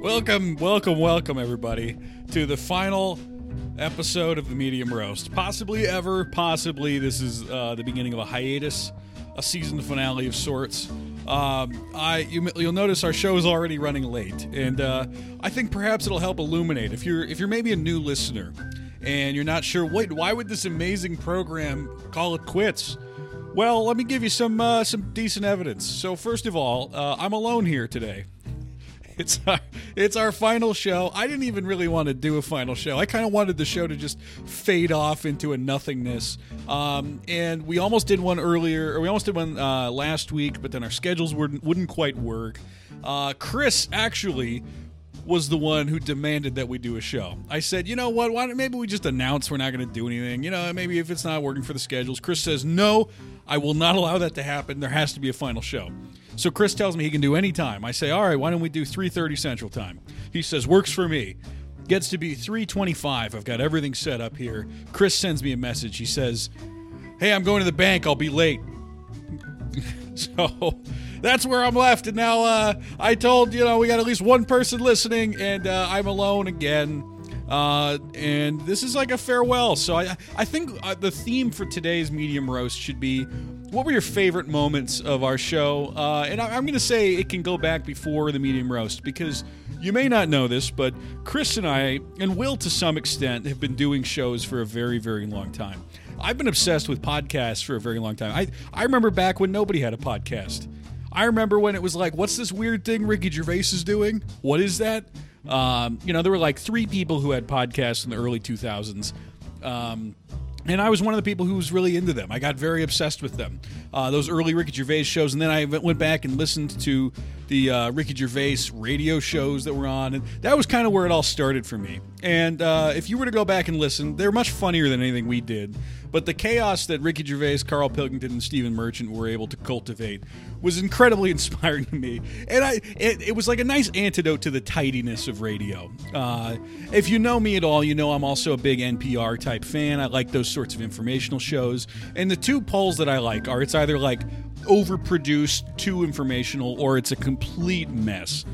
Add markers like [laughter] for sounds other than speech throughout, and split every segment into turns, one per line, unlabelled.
Welcome, welcome, welcome, everybody, to the final episode of the Medium Roast. Possibly ever, possibly this is uh, the beginning of a hiatus, a season finale of sorts. Um, I you, you'll notice our show is already running late, and uh, I think perhaps it'll help illuminate if you're if you're maybe a new listener and you're not sure wait why would this amazing program call it quits. Well, let me give you some uh, some decent evidence. So first of all, uh, I'm alone here today. It's our, it's our final show. I didn't even really want to do a final show. I kind of wanted the show to just fade off into a nothingness. Um, and we almost did one earlier, or we almost did one uh, last week, but then our schedules wouldn't, wouldn't quite work. Uh, Chris actually was the one who demanded that we do a show. I said, you know what? Why don't, maybe we just announce we're not going to do anything. You know, maybe if it's not working for the schedules. Chris says, no, I will not allow that to happen. There has to be a final show. So Chris tells me he can do any time. I say, all right, why don't we do 3:30 Central Time? He says, works for me. Gets to be 3:25. I've got everything set up here. Chris sends me a message. He says, hey, I'm going to the bank. I'll be late. [laughs] so that's where I'm left. And now uh, I told you know we got at least one person listening, and uh, I'm alone again. Uh, and this is like a farewell. So I I think uh, the theme for today's medium roast should be what were your favorite moments of our show? Uh, and I, I'm going to say it can go back before the medium roast because you may not know this, but Chris and I, and Will to some extent, have been doing shows for a very, very long time. I've been obsessed with podcasts for a very long time. I, I remember back when nobody had a podcast. I remember when it was like, what's this weird thing Ricky Gervais is doing? What is that? Um, you know, there were like three people who had podcasts in the early 2000s. Um, and I was one of the people who was really into them. I got very obsessed with them, uh, those early Ricky Gervais shows. And then I went back and listened to the uh, Ricky Gervais radio shows that were on. And that was kind of where it all started for me. And uh, if you were to go back and listen, they're much funnier than anything we did. But the chaos that Ricky Gervais, Carl Pilkington, and Stephen Merchant were able to cultivate was incredibly [laughs] inspiring to me. And I, it, it was like a nice antidote to the tidiness of radio. Uh, if you know me at all, you know I'm also a big NPR type fan. I like those sorts of informational shows. And the two polls that I like are it's either like overproduced, too informational, or it's a complete mess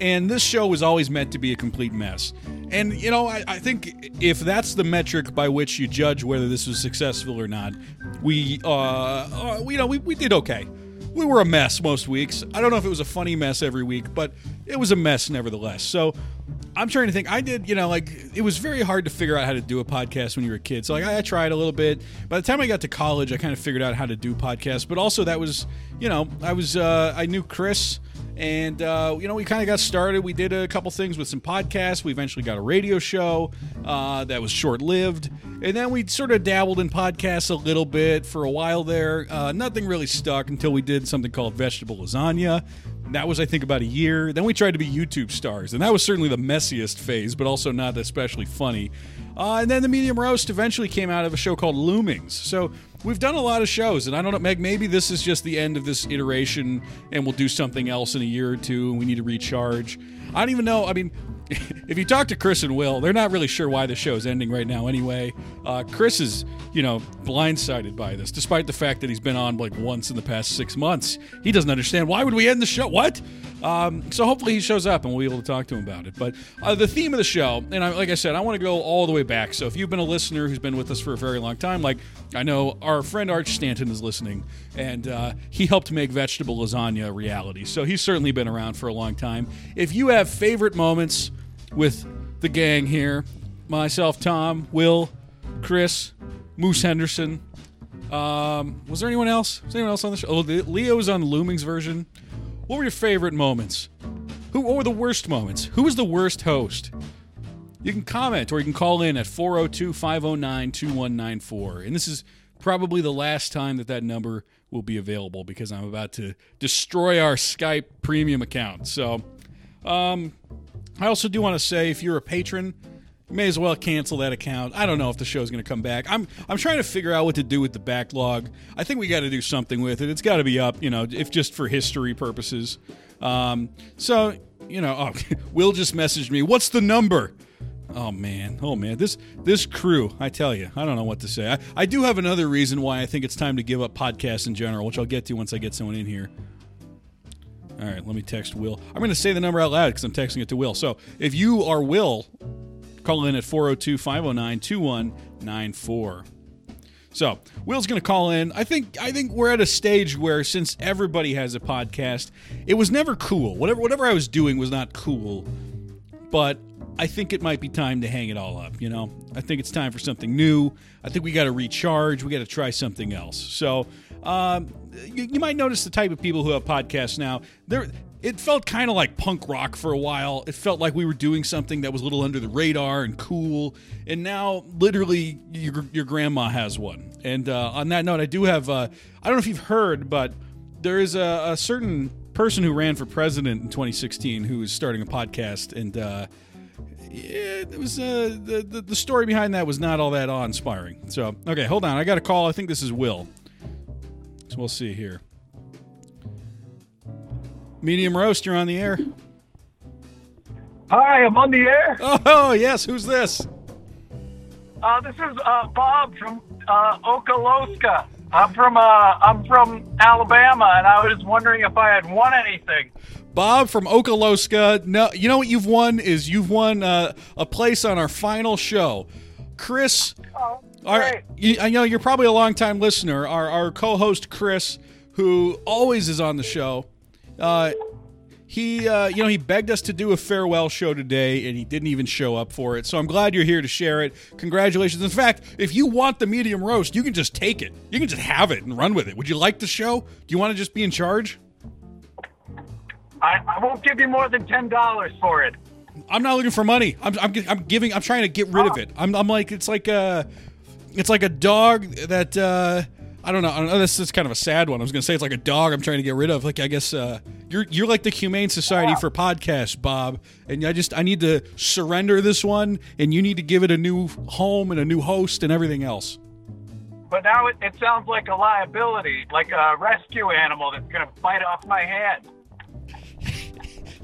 and this show was always meant to be a complete mess. And you know, I, I, think if that's the metric by which you judge whether this was successful or not, we, uh, uh, you know, we, we did okay. We were a mess most weeks. I don't know if it was a funny mess every week, but it was a mess nevertheless. So I'm trying to think. I did, you know, like it was very hard to figure out how to do a podcast when you were a kid. So like I, I tried a little bit. By the time I got to college, I kind of figured out how to do podcasts. But also that was, you know, I was uh, I knew Chris and uh, you know we kind of got started we did a couple things with some podcasts we eventually got a radio show uh, that was short-lived and then we sort of dabbled in podcasts a little bit for a while there uh, nothing really stuck until we did something called vegetable lasagna that was i think about a year then we tried to be youtube stars and that was certainly the messiest phase but also not especially funny Uh, and then the medium roast eventually came out of a show called loomings so we've done a lot of shows, and I don't know, Meg. Maybe this is just the end of this iteration, and we'll do something else in a year or two, and we need to recharge. I don't even know. I mean, [laughs] if you talk to Chris and Will, they're not really sure why the show is ending right now. Anyway, uh, Chris is, you know, blindsided by this, despite the fact that he's been on like once in the past six months. He doesn't understand why would we end the show. What? Um, so hopefully he shows up and we'll be able to talk to him about it. But uh, the theme of the show, and I, like I said, I want to go all the way back. So if you've been a listener who's been with us for a very long time, like I know our friend Arch Stanton is listening, and uh, he helped make vegetable lasagna a reality. So he's certainly been around for a long time. If you have favorite moments with the gang here, myself, Tom, Will, Chris, Moose Henderson. Um, was there anyone else? Was anyone else on the show? Oh, Leo's on Looming's version. What were your favorite moments? Who what were the worst moments? Who was the worst host? You can comment or you can call in at 402 509 2194. And this is probably the last time that that number will be available because I'm about to destroy our Skype premium account. So, um, I also do want to say if you're a patron, you may as well cancel that account. I don't know if the show's going to come back. I'm I'm trying to figure out what to do with the backlog. I think we got to do something with it. It's got to be up, you know, if just for history purposes. Um, so you know, oh, [laughs] Will just messaged me. What's the number? Oh man, oh man, this this crew. I tell you, I don't know what to say. I, I do have another reason why I think it's time to give up podcasts in general, which I'll get to once I get someone in here. All right, let me text Will. I'm going to say the number out loud because I'm texting it to Will. So if you are Will, call in at 402 509 2194. So Will's going to call in. I think I think we're at a stage where since everybody has a podcast, it was never cool. Whatever whatever I was doing was not cool, but I think it might be time to hang it all up. You know, I think it's time for something new. I think we got to recharge. We got to try something else. So um, you, you might notice the type of people who have podcasts now. There, it felt kind of like punk rock for a while. It felt like we were doing something that was a little under the radar and cool. And now, literally, your, your grandma has one. And uh, on that note, I do have. Uh, I don't know if you've heard, but there is a, a certain person who ran for president in 2016 who is starting a podcast and. Uh, yeah, it was uh, the, the the story behind that was not all that awe inspiring. So okay, hold on, I got a call. I think this is Will. So we'll see here. Medium roast, you're on the air. [laughs]
Hi, I'm on the air.
Oh yes, who's this?
Uh, this is uh, Bob from uh, Okaloska. I'm from uh, I'm from Alabama, and I was wondering if I had won anything.
Bob from Okaloska. No, you know what you've won is you've won uh, a place on our final show. Chris,
Oh,
all right, you, I know you're probably a longtime listener. Our our co-host Chris, who always is on the show, uh, he uh, you know he begged us to do a farewell show today, and he didn't even show up for it. So I'm glad you're here to share it. Congratulations! In fact, if you want the medium roast, you can just take it. You can just have it and run with it. Would you like the show? Do you want to just be in charge?
I, I won't give you more than ten dollars for it.
I'm not looking for money. I'm, I'm, I'm giving. I'm trying to get rid of it. I'm, I'm like it's like a, it's like a dog that uh, I don't know. I don't know. This is kind of a sad one. I was gonna say it's like a dog. I'm trying to get rid of. Like I guess uh, you're you're like the humane society for podcasts, Bob. And I just I need to surrender this one, and you need to give it a new home and a new host and everything else.
But now it, it sounds like a liability, like a rescue animal that's gonna bite off my hand.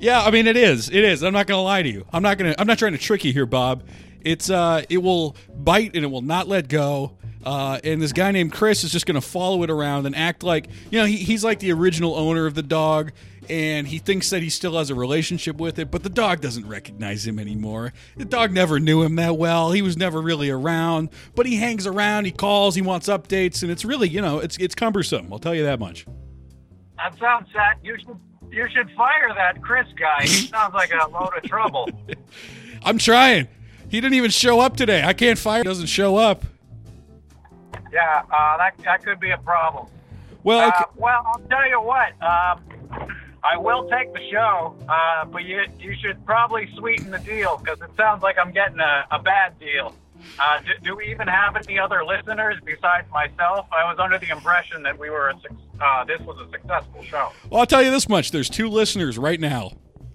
Yeah, I mean it is. It is. I'm not gonna lie to you. I'm not gonna. I'm not trying to trick you here, Bob. It's uh, it will bite and it will not let go. Uh, and this guy named Chris is just gonna follow it around and act like you know he, he's like the original owner of the dog, and he thinks that he still has a relationship with it, but the dog doesn't recognize him anymore. The dog never knew him that well. He was never really around, but he hangs around. He calls. He wants updates, and it's really you know it's it's cumbersome. I'll tell you that much.
That sounds sad. You should you should fire that Chris guy. He sounds like a load of
[laughs]
trouble.
I'm trying. He didn't even show up today. I can't fire. Doesn't show up.
Yeah, uh, that that could be a problem.
Well, okay.
Uh, well, I'll tell you what. Um, I will take the show, uh, but you you should probably sweeten the deal because it sounds like I'm getting a, a bad deal. Uh, do, do we even have any other listeners besides myself? I was under the impression that we were a, suc- uh, this was a successful show.
Well, I'll tell you this much: there's two listeners right now,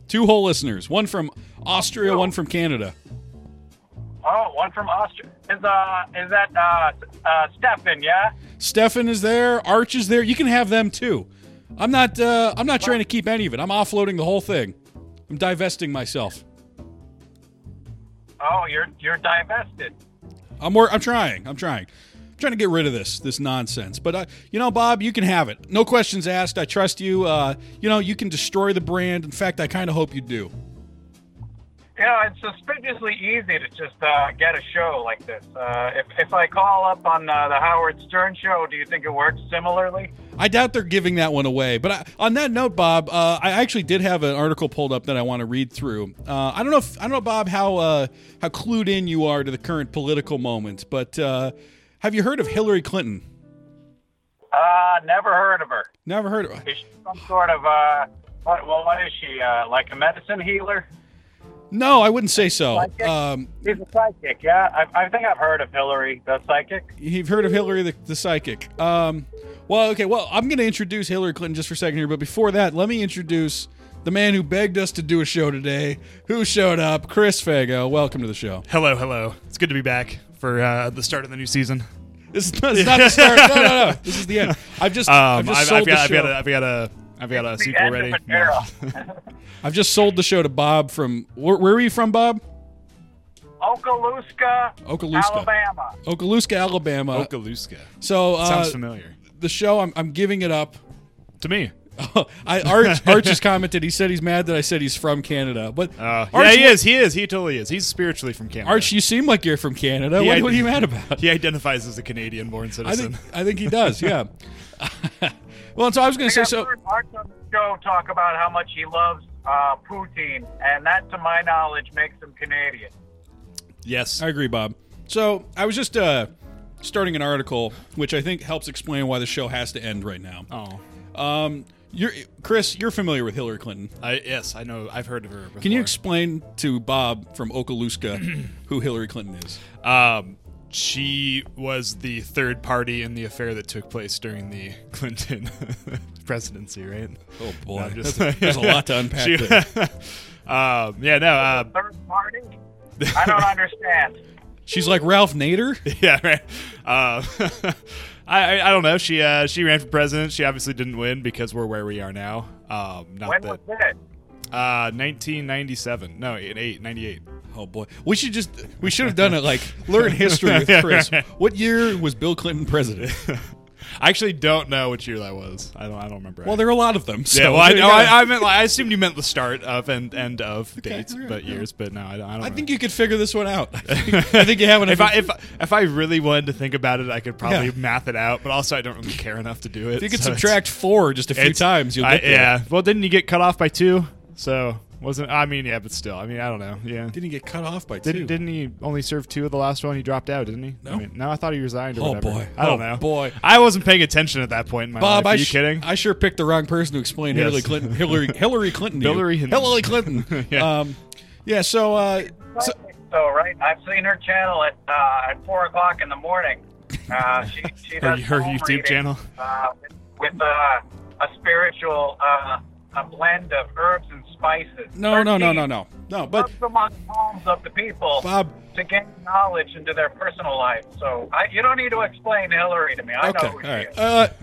two whole listeners. One from Austria, one from Canada.
Oh, one from Austria. Is uh is that uh, uh Stefan? Yeah.
Stefan is there. Arch is there. You can have them too. I'm not. Uh, I'm not trying to keep any of it. I'm offloading the whole thing. I'm divesting myself.
Oh, you're you're divested.
I'm. Wor- I'm trying. I'm trying. I'm trying to get rid of this this nonsense. But uh, you know, Bob, you can have it. No questions asked. I trust you. Uh, you know, you can destroy the brand. In fact, I kind of hope you do.
You know, it's suspiciously easy to just uh, get a show like this. Uh, if, if I call up on uh, the Howard Stern show, do you think it works similarly?
I doubt they're giving that one away. But I, on that note, Bob, uh, I actually did have an article pulled up that I want to read through. Uh, I don't know, if, I don't know, Bob, how uh, how clued in you are to the current political moment, but uh, have you heard of Hillary Clinton?
Uh, never heard of her.
Never heard of her.
Is she some sort of, uh, what, well, what is she, uh, like a medicine healer?
No, I wouldn't say so. Um,
She's a psychic, yeah. I, I think I've heard of Hillary, the psychic.
you've heard of Hillary the, the psychic. Um, well, okay. Well, I'm going to introduce Hillary Clinton just for a second here, but before that, let me introduce the man who begged us to do a show today, who showed up, Chris Fago. Welcome to the show.
Hello, hello. It's good to be back for uh, the start of the new season.
This is not, it's not the start. No, no, no. This is the end. I've just, I've
Um, I've,
just
I've,
sold
got, I've,
the show.
got a, I've got a I've got a
The
sequel
end
ready.
of an
Yeah.
era.
[laughs] I've just sold the show to Bob from where, where are you from, Bob?
Okaloosa,
Okaloosa.
Alabama.
Okalooska, Alabama.
Okalooska
so uh,
sounds familiar
the show, I'm, I'm giving it up. [laughs]
to me.
I [laughs] Arch, Arch has commented. He said he's mad that I said he's from Canada, but
Uh,
Arch,
yeah, he is. He is. He totally is. He's spiritually from Canada.
Arch, you seem like you're from Canada.
He
What,
id-
what are you mad about? [laughs]
He identifies as a Canadian-born
I
citizen.
think I think he does. Yeah. [laughs] well, so I was going to say
I've
so.
heard Mark on the show talk about how much he loves uh, poutine, and that, to my knowledge, makes him Canadian.
yes.
I agree, Bob. So I was just uh, starting an article, which I think helps explain why the show has to end right now.
Oh.
Um, you're Chris. You're familiar with Hillary Clinton.
I yes. I know. I've heard of her. Before.
Can you explain to Bob from Okaloosa who Hillary Clinton is?
Um, she was the third party in the affair that took place during the [laughs] Clinton presidency, right?
Oh boy,
No, I'm just- [laughs]
That's- there's a lot to unpack.
She-
there.
[laughs] um, yeah, no, uh, [laughs]
Third party? I
[laughs]
don't understand.
She's like Ralph
[laughs]
Nader.
yeah, right. Uh, [laughs] I, I I don't know. She uh, she ran for president. She obviously didn't win because we're where we are now. Um, not
When was
that.
it?
Uh, 1997. No, eight, eight, 98.
Oh boy, we should just we should have done it like learn
[laughs]
history with Chris. What year was Bill Clinton president?
I actually don't know which year that was. I don't. I don't remember.
Well, there are a lot of them. So
yeah, well, I,
there you
no,
go.
I, I meant like, I assumed you meant the start of and end of dates,
alright,
but
yeah.
years, but no, I, don't- I don't.
I
know. [laughs]
think you could figure this one out. I think, I think you have enough.
if I if if I really wanted to think about it, I could probably
Yeah.
math it out. But also, I don't really care enough to do it.
if you could
so it's-
subtract four just a few
it's-
times, you'll
I-
get there.
yeah. Well, didn't you get cut off by two? So wasn't I mean yeah, but still, I mean I don't know. Yeah.
Didn't he get cut off by
Didn't,
two?
didn't he only serve two of the last one? He dropped out, didn't he?
No.
I mean, no, I thought he resigned
Oh,
or whatever.
boy.
I don't
Oh,
know.
boy.
I wasn't paying attention at that point in my
Bob,
life. Uh, Are
I
you
sh-
kidding?
I sure picked the wrong person to explain
Yes.
Hillary Clinton.
[laughs]
Hillary Hillary Clinton. to you.
Hillary Clinton.
Hillary Clinton.
[laughs] Yeah.
Um, yeah. So, uh, so
So, right? I've seen her channel at uh, at four o'clock in
[laughs]
the morning. Uh, she, she
Her-
does
her
home
YouTube
readings,
channel?
uh, with uh, a spiritual uh, a blend of herbs and spices.
no, no, no, no,
Thirteen
no, no. But
herbs among homes of the people
Bob.
to gain knowledge into their personal life. So I, you don't need to explain Hillary to me. I
Okay.
know
All
who she
right.
is.
Uh,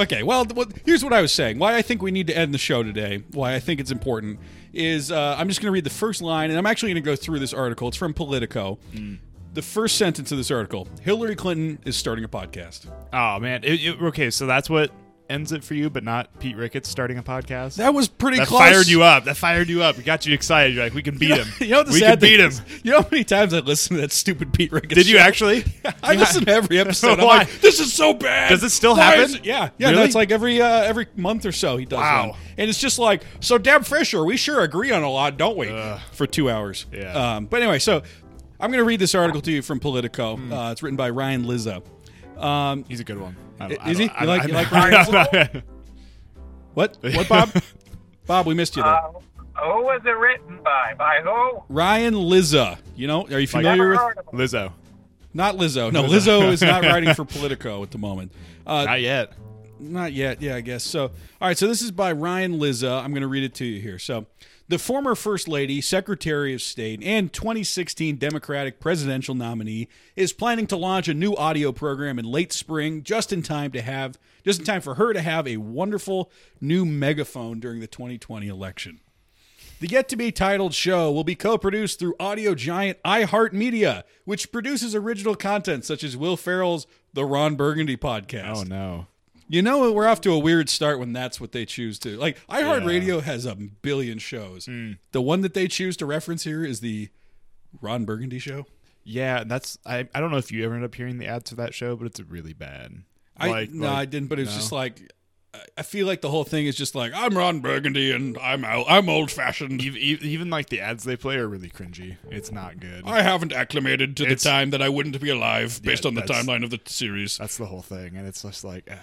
okay. Well, th- what- here's what I was saying. Why I think we need to end the show today. Why I think it's important is uh, I'm just going to read the first line, and I'm actually going to go through this article. It's from Politico.
Mm.
The first sentence of this article: Hillary Clinton is starting a podcast.
oh man. It- it- okay, so that's what ends it for you, but not Pete Ricketts starting a podcast.
That was pretty
that
close.
fired you up. That fired you up. It got you excited. You're like, we can beat him.
[laughs] You know what the
we
sad
can beat
thing
him.
is? You know how many times I listened to that stupid Pete Ricketts?
Did you [laughs]
show?
actually?
[laughs] I listen to
[laughs]
every episode. I'm
Why?
like, this is so bad.
Does it still
Why
happen?
is it- Yeah, yeah.
Really?
That's like every uh, every month or so he does.
Wow.
one. And it's just like so. Deb Fisher, we sure agree on a lot, don't we? For two hours.
Yeah.
Um, but anyway, so I'm going to read this article to you from Politico.
Hmm.
Uh, it's written by Ryan Lizzo. Um,
He's a good one. I
I- is he? You like- you like
Ryan? [laughs]
what? What, Bob? Bob, we missed you there.
Uh, who was it written by? By who?
Ryan Lizzo. You know, are you familiar with?
Never heard of him.
[laughs] Lizzo.
Not Lizzo. No,
Lizzo.
Lizzo is not
[laughs]
writing for Politico at the moment. Uh,
Not yet.
Not yet. Yeah, I guess. So, all right. So, this is by Ryan Lizza. I'm going to read it to you here. So, the former First Lady, Secretary of State, and 2016 Democratic presidential nominee is planning to launch a new audio program in late spring, just in time to have, just in time for her to have a wonderful new megaphone during the 2020 election. The yet to be titled show will be co produced through audio giant iHeartMedia, which produces original content such as Will Ferrell's The Ron Burgundy podcast.
Oh no.
You know, we're off to a weird start when that's what they choose to. Like, iHeartRadio has a billion shows.
Hmm.
The one that they choose to reference here is the Ron Burgundy show.
Yeah, that's I. I don't know if you ever end up hearing the ads for that show, but it's really bad.
I no, I didn't, but it was just like I- I feel like the whole thing is just like I'm Ron Burgundy and I'm out, I'm old fashioned.
even, e-, even like the ads they play are really cringy. It's not good.
I haven't acclimated to the
It's-
time that I wouldn't be alive based on the
that's-
timeline of the series.
That's the whole thing, and it's just like uh,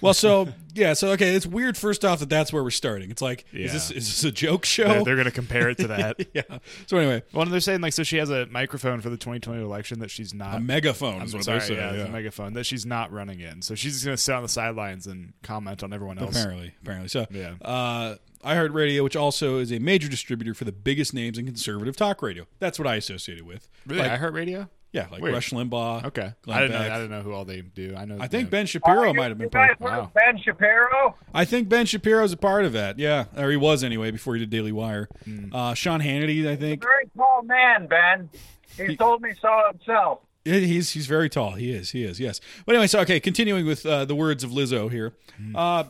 Well,
[laughs]
so yeah, so okay, it's weird. First off, that that's where we're starting. It's like is
Yeah.
this is this a joke show?
they're, they're gonna compare it to that.
Oh. [laughs] yeah. So anyway,
Well, and they're saying like so she has a microphone for the 2020 election that she's not.
a megaphone is what
sorry,
they say.
yeah, it's
yeah.
a megaphone that she's not running in. So she's just gonna sit on the sidelines and comment on everyone else.
Apparently, apparently. So,
Yeah.
uh, iHeartRadio, which also is a major distributor for the biggest names in conservative talk radio. That's what I associate it with.
Really,
Like-
iHeartRadio.
yeah, like
Weird.
Rush Limbaugh.
Okay,
Glenn
I didn't
Beck.
know. I didn't know who all they do. I know.
I think
yeah.
Ben Shapiro
You-
might have been
you
part.
guys heard
Wow.
of Ben Shapiro?
I think Ben Shapiro's a part of that. Yeah, or he was anyway before he did Daily Wire.
Hmm.
Uh, Sean Hannity, I think.
Very tall man, Ben. He told me so himself.
Yeah, He's he's very
Hmm.
tall. He is. He is. Yes. But anyway, so okay. Continuing with uh, the words of Lizzo here. Uh,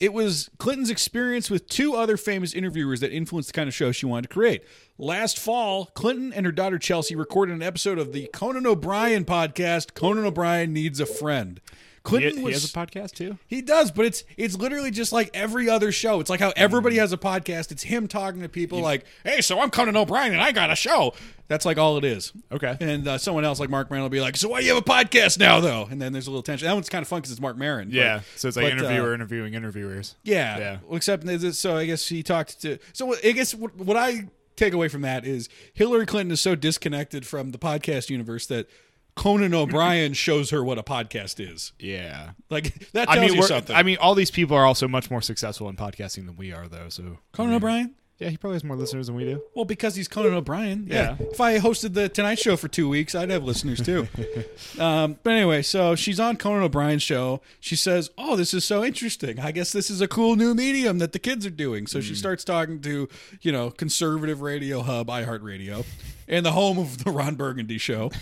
It was Clinton's experience with two other famous interviewers that influenced the kind of show she wanted to create. Last fall, Clinton and her daughter Chelsea recorded an episode of the Conan O'Brien podcast, Conan O'Brien Needs a Friend.
He,
Clinton
he
was
has a podcast too.
he does, but it's it's literally just like every other show. It's like how
Mm.
everybody has a podcast. It's him talking to people like, "Hey, so I'm Conan O'Brien and I got a show." That's like all it is.
Okay.
And uh, someone else like Mark Maron will be like, "So why do you have a podcast now, though?" And then there's a little tension. That one's kind of fun because it's Mark Maron.
Yeah, so it's like
but, uh,
interviewer interviewing interviewers.
yeah.
Yeah.
Well, except that this- so I guess he talked to. So I guess what, what I take away from that is Hillary Clinton is so disconnected from the podcast universe that Conan
[laughs]
O'Brien shows her what a podcast is.
Yeah,
Like that tells
I mean,
you
we're-
something.
I mean, all these people are also much more successful in podcasting than we are, though. So
Conan O'Brien.
Yeah, he probably has more listeners than we do.
Well, because he's Conan O'Brien. Yeah.
Yeah.
If I hosted the Tonight Show for two weeks, I'd have listeners too. um, but anyway, so she's on Conan O'Brien's show. She says, "Oh, this is so interesting. I guess this is a cool new medium that the kids are doing." So she starts talking to you know conservative radio hub iHeartRadio, and the home of the Ron Burgundy show.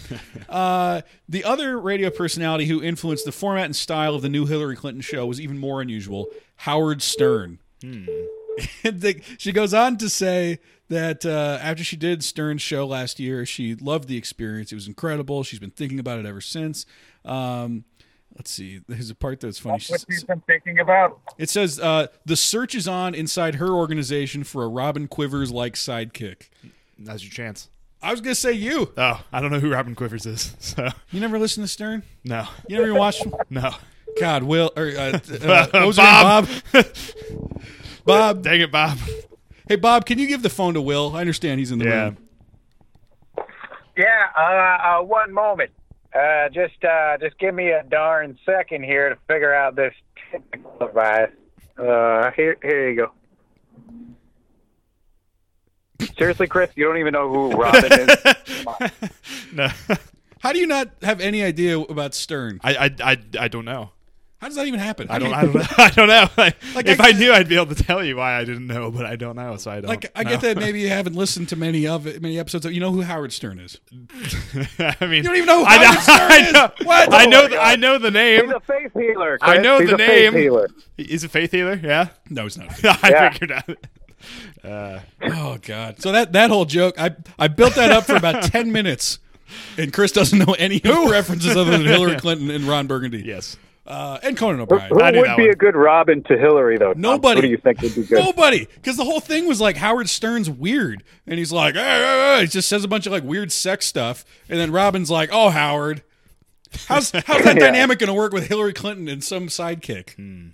Uh, the other radio personality who influenced the format and style of the new Hillary Clinton show was even more unusual: Howard Stern. [laughs] And they- she goes on to say that uh, after she did Stern's show last year, she loved the experience. It was incredible. She's been thinking about it ever since. Um, let's see. There's a part that's funny. She
What
s-
she's been thinking about?
it says uh, the search is on inside her organization for a Robin Quivers like sidekick.
That's your chance.
I was gonna say you.
Oh, I don't know who Robin Quivers is. [laughs] So
You never listen to Stern.
no,
You never even watch.
no.
God, Will or uh,
[laughs]
uh, [laughs] what was her name?
Bob.
Bob. Bob.
Dang it, Bob.
Hey, Bob. Can you give the phone to Will? I understand he's in the [laughs]
Yeah.
room.
Yeah, uh, uh, one moment. Uh, just, uh, just give me a darn second here to figure out this technical device. Uh, here, here you go. Seriously, Chris, you don't even know who Robin is.
No,
How do you not have any idea about Stern?
I, I, I, I don't know.
How does that even happen?
I don't, I don't [laughs] know. I don't know. Like,
[laughs] Like,
if
I-
I, knew, I'd be able to tell you why I didn't know, but I don't know, so I don't.
Like I get that maybe you haven't listened to many of it, many episodes. Of, you know who Howard Stern is.
that. [laughs] I mean, you
don't even know who
I know,
Howard Stern
I know,
is! What?
I know,
Oh my
the, I know the
He's
name.
a faith healer.
I
Chris.
know
He's
the
a faith
name.
healer.
Is it faith healer? Yeah, [laughs]
No, he's not.
I
Yeah.
figured out. Uh,
Oh God! So that that whole joke, I I built that up for [laughs] about ten minutes, and Chris doesn't know any references other than Hillary Clinton and Ron Burgundy.
yes.
uh, and Conan O'Brien.
Who
I knew
would
that
be
one.
a good Robin to Hillary, though? Tom?
Nobody.
Who do you think would be good?
Nobody, because the whole thing was like Howard Stern's weird, and he's like, hey, hey, hey," he just says a bunch of like weird sex stuff, and then Robin's like, oh Howard, how's how's that
[laughs] Yeah.
dynamic going to work with Hillary Clinton and some sidekick?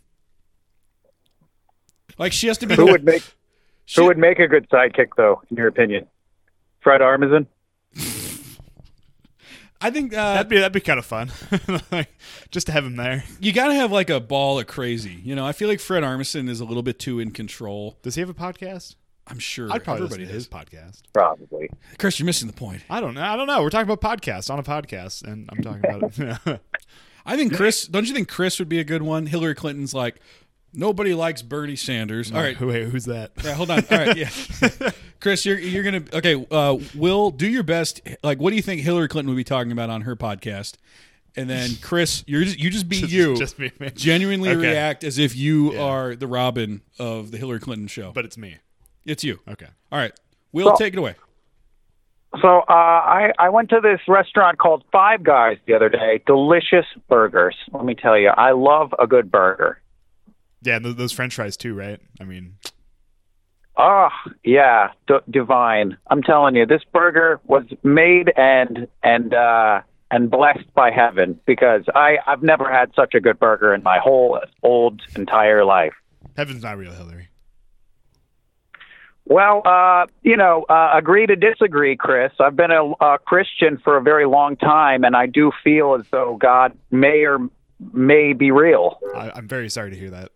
Like she has to be.
Who would make
she-
Who would make a good sidekick, though? In your opinion, Fred Armisen.
I think uh,
That'd be that'd be kind of fun, [laughs] like, just to have him there.
you got to have like a ball of crazy. You know, I feel like Fred Armisen is a little bit too in control.
Does he have a podcast?
I'm sure
I'd probably
everybody
listen to
does.
his podcast.
Probably.
Chris, you're missing the point.
I don't know. I don't know. We're talking about podcasts on a podcast, and I'm talking about it. [laughs]
I think Chris. Don't you think Chris would be a good one? Hillary Clinton's like nobody likes Bernie Sanders. All right,
Who, wait, who's that?
all right, hold on. All right, yeah, [laughs] Chris, you're you're gonna okay. Uh, Will do your best. Like, what do you think Hillary Clinton would be talking about on her podcast? And then Chris, you're just, you just be you.
[laughs] just me, man.
Genuinely
Okay.
react as if you are the Robin of the Hillary Clinton show. But
But it's me.
it's you.
Okay.
All right, Will,
So-
take it away.
So uh, I I went to this restaurant called Five Guys the other day. Delicious burgers. Let me tell you, I love a good burger.
Yeah, and th- those French fries too, right? I mean,
Oh, yeah, d- divine. I'm telling you, this burger was made and and uh, and blessed by heaven because I I've never had such a good burger in my whole old entire life.
heaven's not real, Hillary.
Well, uh, you know, uh, agree to disagree, Chris. I've been a, a Christian for a very long time, and I do feel as though God may or may be real.
I, I'm very sorry to hear that.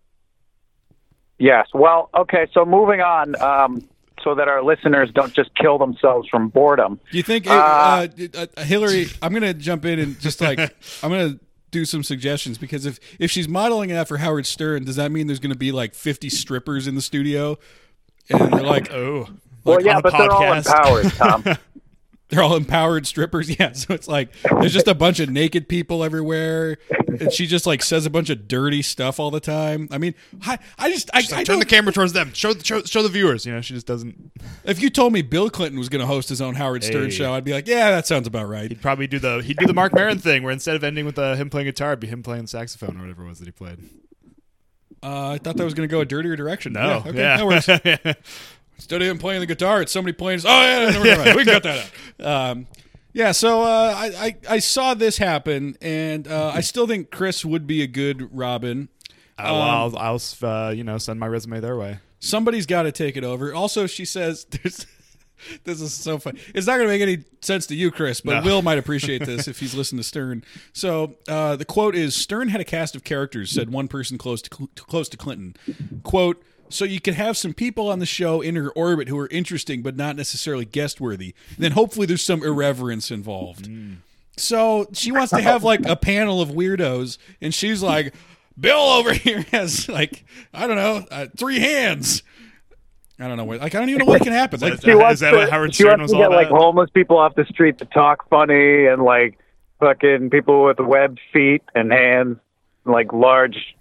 Yes. Well, okay. So moving on, um, so that our listeners don't just kill themselves from boredom.
Do you think uh, uh, Hillary? I'm gonna jump in and just like I'm gonna do some suggestions because if if she's modeling it after Howard Stern, does that mean there's gonna be like 50 strippers in the studio? And they're like,
Oh,
well,
like
yeah,
on a
but they're all
podcast.
empowered,
[laughs]
Tom.
they're all empowered strippers. [laughs] Yeah, so it's like there's just a bunch of naked people everywhere, and she just like says a bunch of dirty stuff all the time. I mean, I, I just I,
She's
I
like, turn the
don't-
camera towards them. Show, show show the viewers. You know, she just doesn't.
if you told me Bill Clinton was going to host his own Howard Stern
Hey.
show, I'd be like, yeah, that sounds about right.
He'd probably do the he'd do the Mark Maron thing, where instead of ending with uh, him playing guitar, it'd be him playing saxophone or whatever it was that he played.
Uh, I thought that was going to go a dirtier direction.
No,
yeah, okay,
Oh, [laughs] yeah.
that works. Instead of him playing the guitar, it's somebody playing. his- Oh yeah, no, we're right. we can cut that out. [laughs] Um, yeah, so uh, I, I I saw this happen, and uh, I still think Chris would be a good Robin.
Uh, well, I'll, I'll uh, you know send my resume their way.
Somebody's got to take it over. Also, she says [laughs] there's. [laughs] This is so funny. It's not going to make any sense to you, Chris, but
No.
Will might appreciate this if he's listened to Stern. So uh, the quote is: Stern had a cast of characters. Said one person close to Cl- close to Clinton. Quote: So you could have some people on the show in her orbit who are interesting but not necessarily guest worthy. Then hopefully there's some irreverence involved. So she wants to have like a panel of weirdos, and she's like, Bill over [laughs] here has like I don't know uh, three hands. I don't know what like I don't even know what can happen. Like
Is that- is that what Howard
she
Stern
wants
was
to
all
get like
about?
homeless people off the street to talk funny and like fucking people with webbed feet and hands, and, like large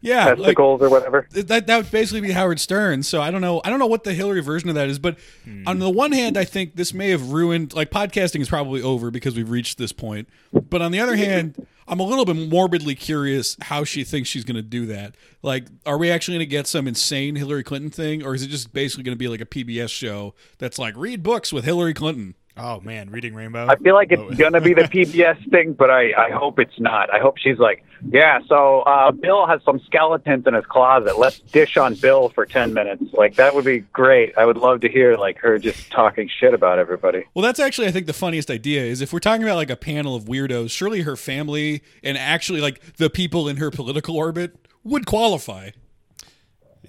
yeah, like,
testicles or whatever.
that that would basically be Howard Stern. So I don't know. I don't know what the Hillary version of that is. But on the one hand, I think this may have ruined like podcasting is probably over because we've reached this point. But on the other hand, I'm a little bit morbidly curious how she thinks she's going to do that. Like, are we actually going to get some insane Hillary Clinton thing, or is it just basically going to be like a PBS show that's like read books with Hillary Clinton?
Oh man, reading Rainbow.
I feel like
Oh.
it's gonna be the PBS thing, but I I hope it's not. I hope she's like, yeah. So uh, Bill has some skeletons in his closet. Let's dish on Bill for ten minutes. Like that would be great. I would love to hear like her just talking shit about everybody. [laughs]
Well, that's actually, I think, the funniest idea is if we're talking about like a panel of weirdos, surely her family and actually like the people in her political orbit would qualify.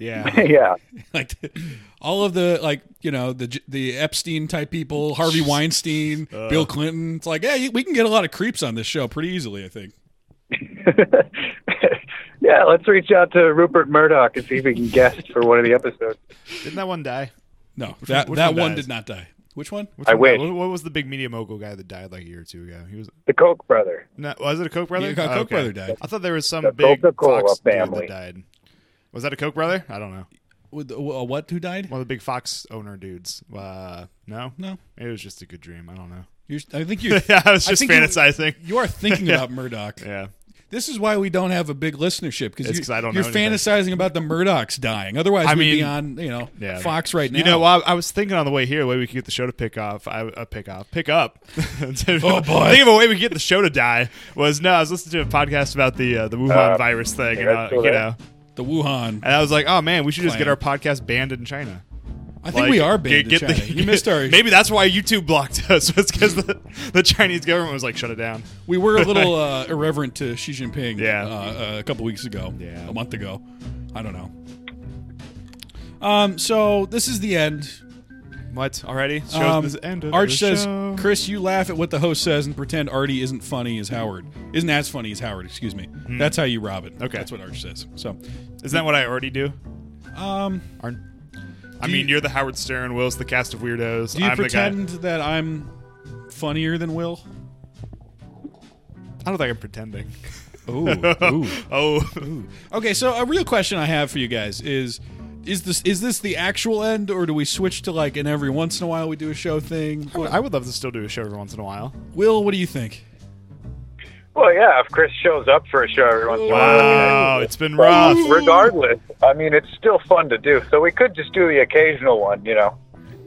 [laughs]
yeah.
yeah. [laughs]
like all of the like you know the the Epstein type people,
[laughs]
Harvey Weinstein,
Uh.
Bill Clinton. It's like, yeah, we can get a lot of creeps on this show pretty easily. I think.
yeah, let's reach out to Rupert Murdoch and see if we can guest for one of the episodes.
Didn't that
[laughs]
one die?
No, that
which
that
one
one,
dies?
did not die. Which one?
Which
I
one died?
wish.
What, what was the big media mogul guy that died like a year or two ago? He was.
The Koch brother.
No, was it a Koch brother? Oh,
Yeah, Koch brother died.
I thought there was some
The
big
Coca-Cola
Fox dude
family.
that died. Was that a Koch brother? I don't know.
With, uh, what? Who died?
One of the big Fox owner dudes. Uh, no,
No,
It was just a good dream. I don't know. [laughs]
you're, I think you.
yeah, I was just
think you-
fantasizing.
You are thinking about Murdoch.
[laughs] yeah.
This is why we don't have a big listenership because
It's
you,
'cause I don't
you're
know anything.
fantasizing about the Murdochs dying. Otherwise,
I
we'd be
mean-
on you know
Yeah.
Fox right now.
You know, well, I, I was thinking on the way here, a way we could get the show to pick off, I, uh, pick off, pick up. [laughs] oh
boy.
Think of a way we could get the show to die was no. I was listening to a podcast about the uh, the Wuhan
Uh,
virus thing,
yeah,
and, uh,
that's
you
cool,
know,
the Wuhan.
and I was like, oh man, we should just get our
Plan.
podcast banned in China.
I think we are
big.
banned in China.
[laughs]
you missed our
Maybe that's why YouTube blocked us. [laughs] Was because the, the Chinese government was like, shut it down.
We were a
[laughs]
little uh, irreverent to Xi Jinping
Yeah.
uh, a couple weeks ago,
Yeah.
a month ago. I don't know. Um, so this is the end.
What already? Shows
Um,
this end of
Arch
the
says,
show.
"Chris, you laugh at what the host says and pretend Artie isn't funny as Howard isn't as funny as Howard." Excuse me. That's how you rob it.
Hmm. Okay.
that's what Arch says. So,
Isn't that what I already do?
um,
Aren't, I
Do
mean,
you-
you, are the Howard Stern, Will's the cast of weirdos.
do you
I'm the
pretend that I'm funnier than Will?
guy. I don't think I'm pretending.
Oh,
[laughs] oh,
[laughs] okay. So a real question I have for you guys is. Is this is this the actual end, or do we switch to like an every once in a while we do a show thing? What-
I would love to still do a show every once in a while.
Will, what do you think?
Well, yeah, if Chris shows up for a show every once in a while. I
Wow,
mean,
it's been
I-
rough.
Regardless, I mean, it's still fun to do. So we could just do the occasional one, you know,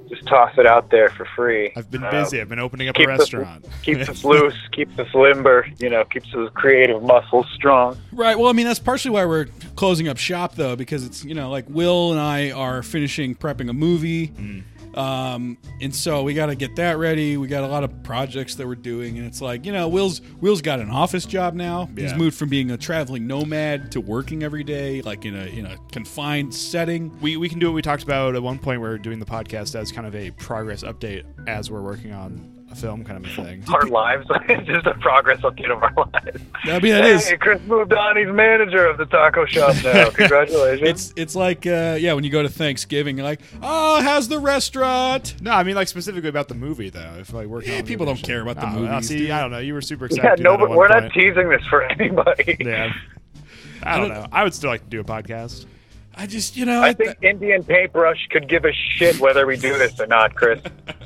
just toss it out there for free.
I've been
Uh,
busy. I've been opening up a
keep us-
restaurant. [laughs]
keeps us loose, keeps us limber, you know, keeps those creative muscles strong.
Right. Well, I mean, that's partially why we're closing up shop, though, because it's, you know, like Will and I are finishing prepping a movie.
Mm-hmm.
Um, and so we got to get that ready. We got a lot of projects that we're doing. And it's like, you know, Will's Will's got an office job now. He's
Yeah.
moved from being a traveling nomad to working every day, like in a, in a confined setting.
we, we can do what we talked about at one point. We're doing the podcast as kind of a progress update as we're working on film kind of a thing.
our lives. [laughs] it's just a progress update of our lives.
I mean, it is.
Hey, Chris moved on. He's manager of the taco shop
[laughs]
now. Congratulations.
It's it's like uh, yeah, when you go to Thanksgiving, you're like, oh, how's the restaurant?
No, I mean like specifically about the movie though. If like working,
Yeah,
on the
people
movie
don't
and
care
shit.
about the
No, no,
movies,
See,
dude.
I don't know. You were super excited.
yeah,
to do
no,
that at
but
one
we're not
point.
teasing this for [laughs] anybody.
Yeah. [laughs] I don't
don't-
know. I would still like to do a podcast.
I just you know,
I think Indian paintbrush could give a shit whether we do this or not, Chris.
[laughs]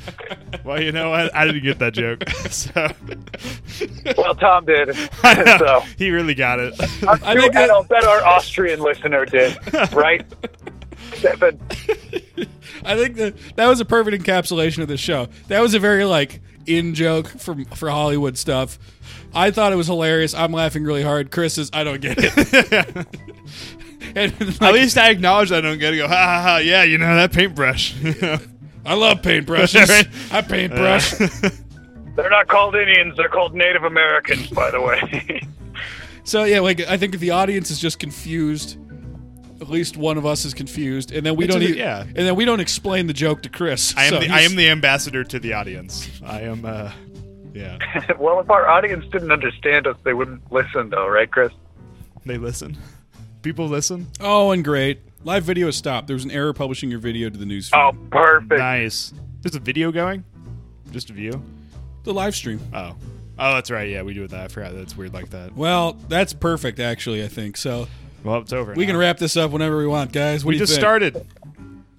Well, you know what? I didn't get that joke. [laughs] So
Well, Tom did. so
[laughs] he really
[laughs]
got it.
our
I
two-
think that-
and I'll bet our Austrian
[laughs]
listener did, right? Stefan,
I think that that was a perfect encapsulation of the show. That was a very like in joke from for Hollywood stuff. I thought it was hilarious. I'm laughing really hard. Chris is I don't get it. [laughs] and,
At
like,
least I acknowledge I don't get to go. Ha ha ha! Yeah, you know that paintbrush. [laughs]
I love paintbrushes.
Right? Uh.
I paintbrush.
they're not called Indians; they're called Native Americans, by the way. [laughs]
So yeah, like I think if the audience is just confused, at least one of us is confused, and then we
It's
don't
a-
e-
yeah.
and then we don't explain the joke to Chris.
[laughs] I am.
So
the, I
he's-
am the ambassador to the audience. I am. uh Yeah,
well, if our audience didn't understand us, they wouldn't listen, though, right, Chris?
they listen. People listen.
Oh, and great. Live video has stopped. There was an error publishing your video to the news feed.
Oh, perfect.
Nice. There's a video going. Just a view.
The live stream.
Oh. Oh, that's right. Yeah, we do that. I forgot. That's weird like that.
Well, that's perfect, actually. I think so.
Well, it's over.
We
now.
can wrap this up whenever we want, guys. What
We
do you
just
think?
started.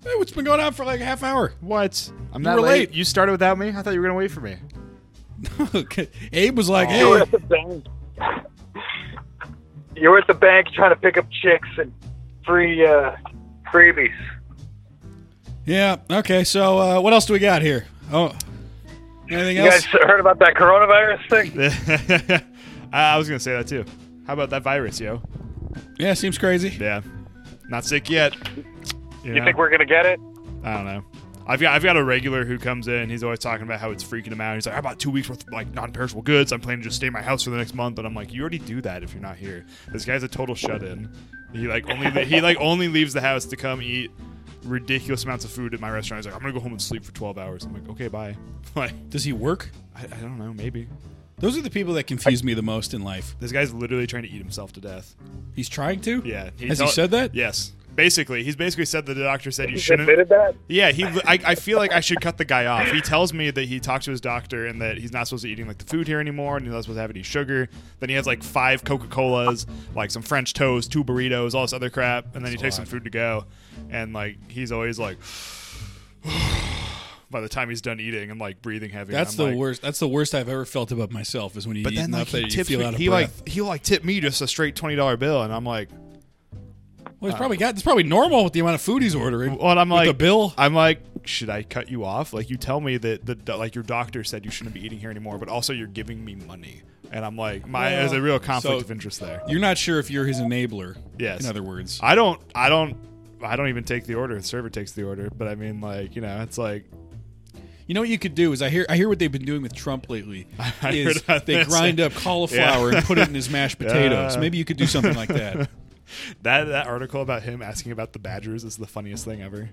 Hey, it's been going on for like a half hour. [laughs]
What? I'm
were late.
You started without me. I thought you were gonna
[laughs]
wait for me.
Okay. Abe was like,
You
Oh.
were
"Hey,
at the bank. You were at the bank trying to pick up chicks and free uh, freebies.
yeah, okay. So, uh, what else do we got here? Oh, anything
You
else?
guys heard about that coronavirus thing?
I Uh, I was gonna say that too. How about that virus, yo?
yeah, seems crazy.
Yeah. Not sick yet.
You think we're gonna get it?
I don't know. I've got I've got a regular who comes in. He's always talking about how it's freaking him out. He's like, I bought two weeks worth of like non-perishable goods. I'm planning to just stay in my house for the next month. And I'm like, you already do that if you're not here. This guy's a total shut-in. He like only he like only leaves the house to come eat ridiculous amounts of food at my restaurant. He's like, I'm gonna go home and sleep for 12 hours. I'm like, okay, bye. [laughs] Like,
Does he work?
I, I don't know, maybe
Those are the people that confuse me the most in life.
this guy's literally trying to eat himself to death.
He's trying to.
Yeah.
Has
tell-
he said that?
Yes. Basically, he's basically said that the doctor said you
You
shouldn't.
[laughs]
admitted that?
Yeah, he. I, I feel like I should cut the guy off. He tells me that he talked to his doctor and that he's not supposed to be eating like the food here anymore, and he's not supposed to have any sugar. Then he has like five Coca Colas, like some French toast, two burritos, all this other crap, and then he takes some food to go, and like he's always like. [sighs] By the time he's done eating and like breathing heavy, and
That's
I'm
the
like-
worst. That's the worst I've ever felt about myself is when you
But
eat
then like
enough
he
that you
tips
feel
me,
out of
he
breath.
like he like tipped me just a straight twenty dollar bill, and I'm like,
well, he's probably got. It's probably normal with the amount of food he's ordering.
uh, Well, and I'm
With
like
the bill.
I'm like, should I cut you off? Like, you tell me that the that, like your doctor said you shouldn't be eating here anymore, but also you're giving me money, and I'm like,
Well,
my there's a real conflict
so-
of interest there.
You're not sure if you're his enabler.
Yes.
In other words,
I don't, I don't, I don't even take the order. The server takes the order, but I mean, like, you know, it's like
you know what you could do is I hear I hear what they've been doing with Trump lately
[laughs] I heard
is
about
they
this.
grind up cauliflower
Yeah.
and put it in his mashed potatoes.
[laughs] Yeah.
Maybe you could do something like
[laughs]
that.
that that article about him asking about the Badgers is the funniest thing
[laughs]
ever.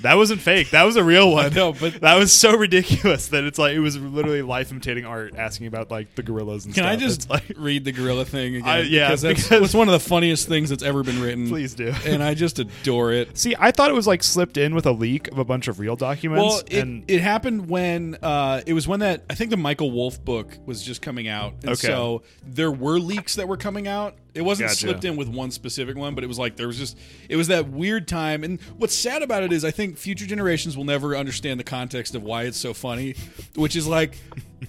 That wasn't fake. That was a real one.
know, but-
that was so ridiculous that it's like it was literally life imitating art asking about like the gorillas and
Can
stuff.
I just
It's like
read the gorilla thing again?
I- yeah,
because that's
because-
it's one of the funniest things that's ever been written.
Please do.
and I just adore it.
See, I thought it was like slipped in with a leak of a bunch of real documents.
Well, it,
and
it happened when uh, it was when that I think the Michael Wolf book was just coming out, and
Okay.
so there were leaks that were coming out. It wasn't
Gotcha.
slipped in with one specific one, but it was like there was just it was that weird time. And what's sad about it is I think future generations will never understand the context of why it's so funny, which is like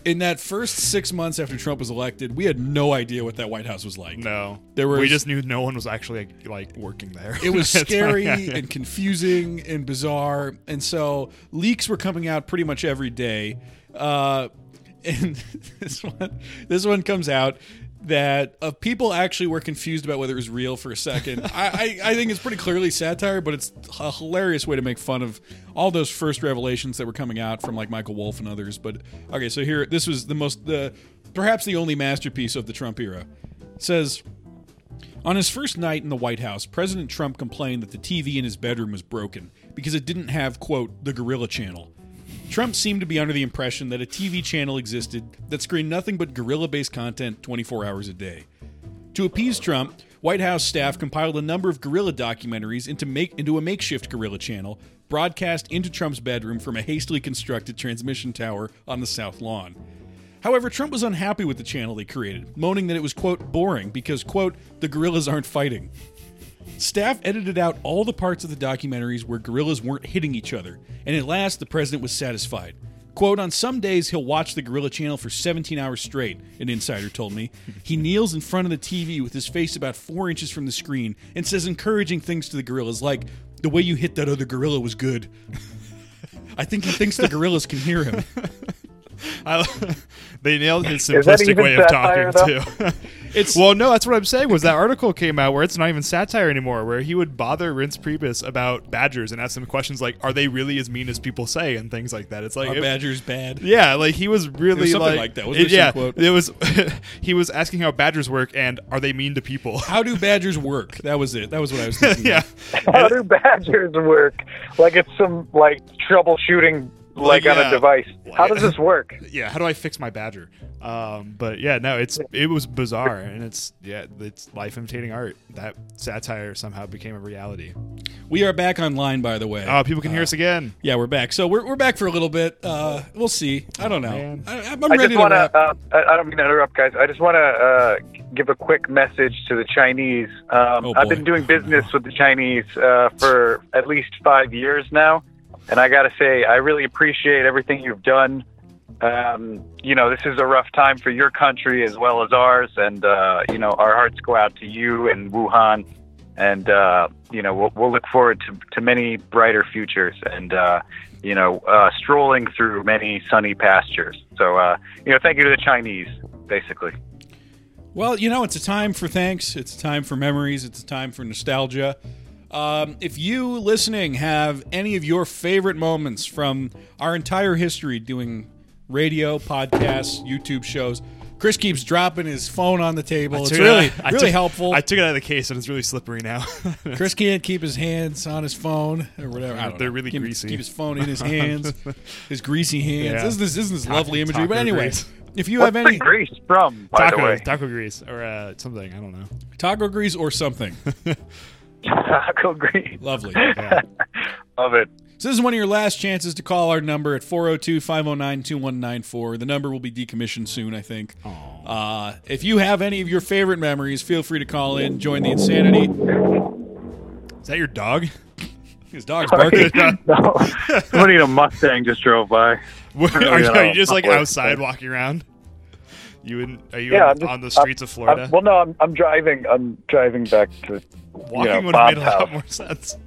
in that first six months after Trump was elected, we had no idea what that White House was like.
no,
There was-
we just knew no one was actually like, like, working there.
It was
It's like-
scary
yeah, yeah.
and confusing and bizarre, and so leaks were coming out pretty much every day. Uh, and [laughs] this one, this one comes out that uh, people actually were confused about whether it was real for a
[laughs]
second. I, I, I think it's pretty clearly satire, but it's a hilarious way to make fun of all those first revelations that were coming out from like Michael Wolff and others. But okay, so here this was the most the perhaps the only masterpiece of the Trump era. It says. On his first night in the White House, President Trump complained that the TV in his bedroom was broken because it didn't have, quote, the Gorilla Channel. Trump seemed to be under the impression that a TV channel existed that screened nothing but guerrilla based content 24 hours a day. To appease Trump, White House staff compiled a number of guerrilla documentaries into make into a makeshift guerrilla channel broadcast into Trump's bedroom from a hastily constructed transmission tower on the South Lawn. However, Trump was unhappy with the channel they created, moaning that it was quote boring because quote the guerrillas aren't fighting. Staff edited out all the parts of the documentaries where gorillas weren't hitting each other, and at last the president was satisfied. Quote, on some days he'll watch the Gorilla Channel for 17 hours straight, an insider told me. He kneels in front of the TV with his face about four inches from the screen and says encouraging things to the gorillas, like, the way you hit that other gorilla was good. [laughs] I think he thinks the gorillas can hear him.
[laughs] I, [laughs] they nailed his
Is that
simplistic
even
way of
satire,
talking too. [laughs]
It's
well, no, that's what I'm saying. Was that article came out where it's not even satire anymore, where he would bother Rince Priebus about badgers and ask them questions like, "Are they really as mean as people say?" and things like that. It's like
a
it-
badger's bad.
Yeah, like he was really
There's something
like,
like that, wasn't
it,
there
yeah,
some quote?
it was. [laughs] he was asking how badgers work and are they mean to people? [laughs]
How do badgers work? That was it. That was what I was thinking.
yeah,
How do badgers work? Like it's some like troubleshooting like on
yeah.
a device. How
Like-
does this work?
yeah. How do I fix my badger? Um, but yeah, no, it's it was bizarre and it's yeah, it's life imitating art. That satire somehow became a reality.
We are back online, by the way.
Oh, people can hear
Uh,
us again.
yeah, we're back. So we're, we're back for a little bit. Uh, we'll see. I don't know.
man.
I, I'm
I
ready
just
to
want
wrap.
to. Uh, I I don't mean to interrupt, guys. I just want to uh, give a quick message to the Chinese. Um,
Oh,
I've
boy.
been doing business with the Chinese uh, for at least five years now, and I got to say, I really appreciate everything you've done. Um, you know, this is a rough time for your country as well as ours, and uh, you know, our hearts go out to you and Wuhan, and uh, you know, we'll, we'll look forward to, to many brighter futures, and uh, you know, uh, strolling through many sunny pastures. So, uh, you know, thank you to the Chinese, basically.
Well, you know, it's a time for thanks. It's a time for memories. It's a time for nostalgia. Um, if you listening have any of your favorite moments from our entire history doing radio, podcasts, YouTube shows, Chris keeps dropping his phone on the table. It's
Took it
really,
out- I
really
[laughs] took-
helpful.
I took it out of the case and it's really slippery now. [laughs]
Chris can't keep his hands on his phone or whatever. I don't
Ah, They're
know.
really
Keep-
greasy.
Keep his phone
[laughs]
in his hands, his greasy hands.
Yeah.
Isn't this isn't this lovely
Taco-
imagery? But
taco
anyway,
grease.
if you
What's
have any
the grease from, by the
taco,
way?
taco grease or uh, something. I don't know.
taco grease or
[laughs]
something,
Taco grease.
lovely.
[laughs] Love it.
So this is one of your last chances to call our number at 402-509-2194. The number will be decommissioned soon, I think. Uh, if you have any of your favorite memories, feel free to call in, join the insanity.
Is that your dog? [laughs]
His dog's
[laughs]
barking.
no. Somebody in a Mustang just drove by.
What-
No,
are, you,
no,
are you just
not
like
worth
outside
it.
walking around? You in, are you
Yeah,
in-
I'm just-
on the streets of Florida?
I'm- well, no, I'm, I'm driving. I'm driving back to
walking
you know,
would have
Bob's
made a
house.
lot more [laughs] sense.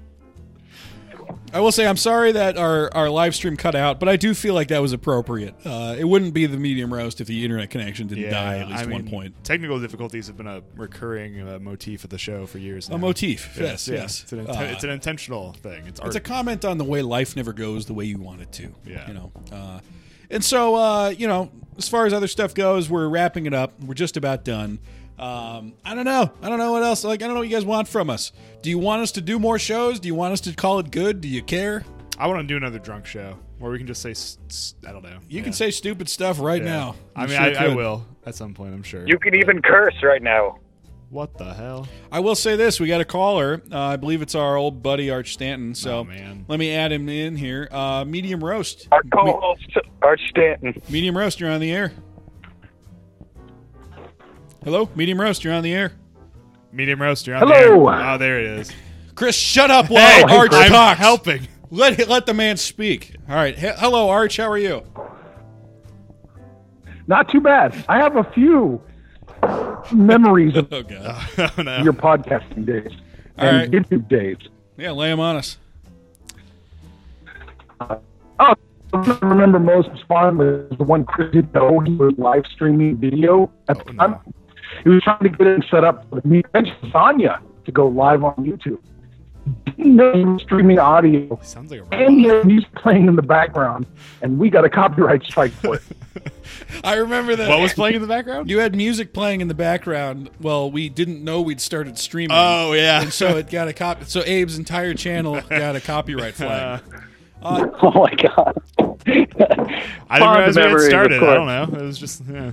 I will say I'm sorry that our, our live stream cut out, but I do feel like that was appropriate. Uh, it wouldn't be the medium roast if the internet connection didn't die at least
I
one
mean,
point.
Technical difficulties have been a recurring uh, motif of the show for years.
A motif, yes,
yeah.
yes.
It's an,
Uh,
inten- it's an intentional thing. It's art.
It's a comment on the way life never goes the way you want it to.
Yeah.
You know. Uh, and so, uh, you know, as far as other stuff goes, we're wrapping it up. We're just about done. Um, I don't know. I don't know what else. Like, I don't know what you guys want from us. Do you want us to do more shows? Do you want us to call it good? Do you care?
I want to do another drunk show where we can just say, s- s- I don't know.
You
Yeah.
can say stupid stuff right
Yeah.
now.
I
You
mean,
sure
I, I
could.
will at some point, I'm sure.
You can
But
even curse right now.
What the hell?
I will say this: we got a caller. Uh, I believe it's our old buddy Arch Stanton. So
Oh, man.
let me add him in here. Uh, medium roast.
Our co-host, Arch Stanton.
Medium roast, you're on the air. Hello, medium roast, you're on the air.
Medium roast, you're on the
Hello.
air. Oh, there it is.
Chris, shut up while Arch
I'm
talks.
helping. [laughs]
Let let the man speak. All right, He- hello Arch, how are you?
Not too bad. I have a few memories of
Oh god.
Oh, no.
your podcasting days
All
and
right.
YouTube days.
Yeah, lay him on us.
Oh, the one I remember most fondly was the one Chris did know he was live streaming video at the
Oh, no.
time. He was trying to get it set up for me and Sonya to go live on YouTube. Didn't know he was streaming audio
Sounds like a
and he had music playing in the background, and we got a copyright strike for it.
I remember that.
What was playing in the background?
you had music playing in the background. Well, we didn't know we'd started streaming.
oh yeah. [laughs]
And so it got a cop. So Abe's entire channel got a copyright flag. Uh,
Oh my god.
I didn't
Fond
realize we had
memories, of
started. I
course.
don't know. It was just yeah.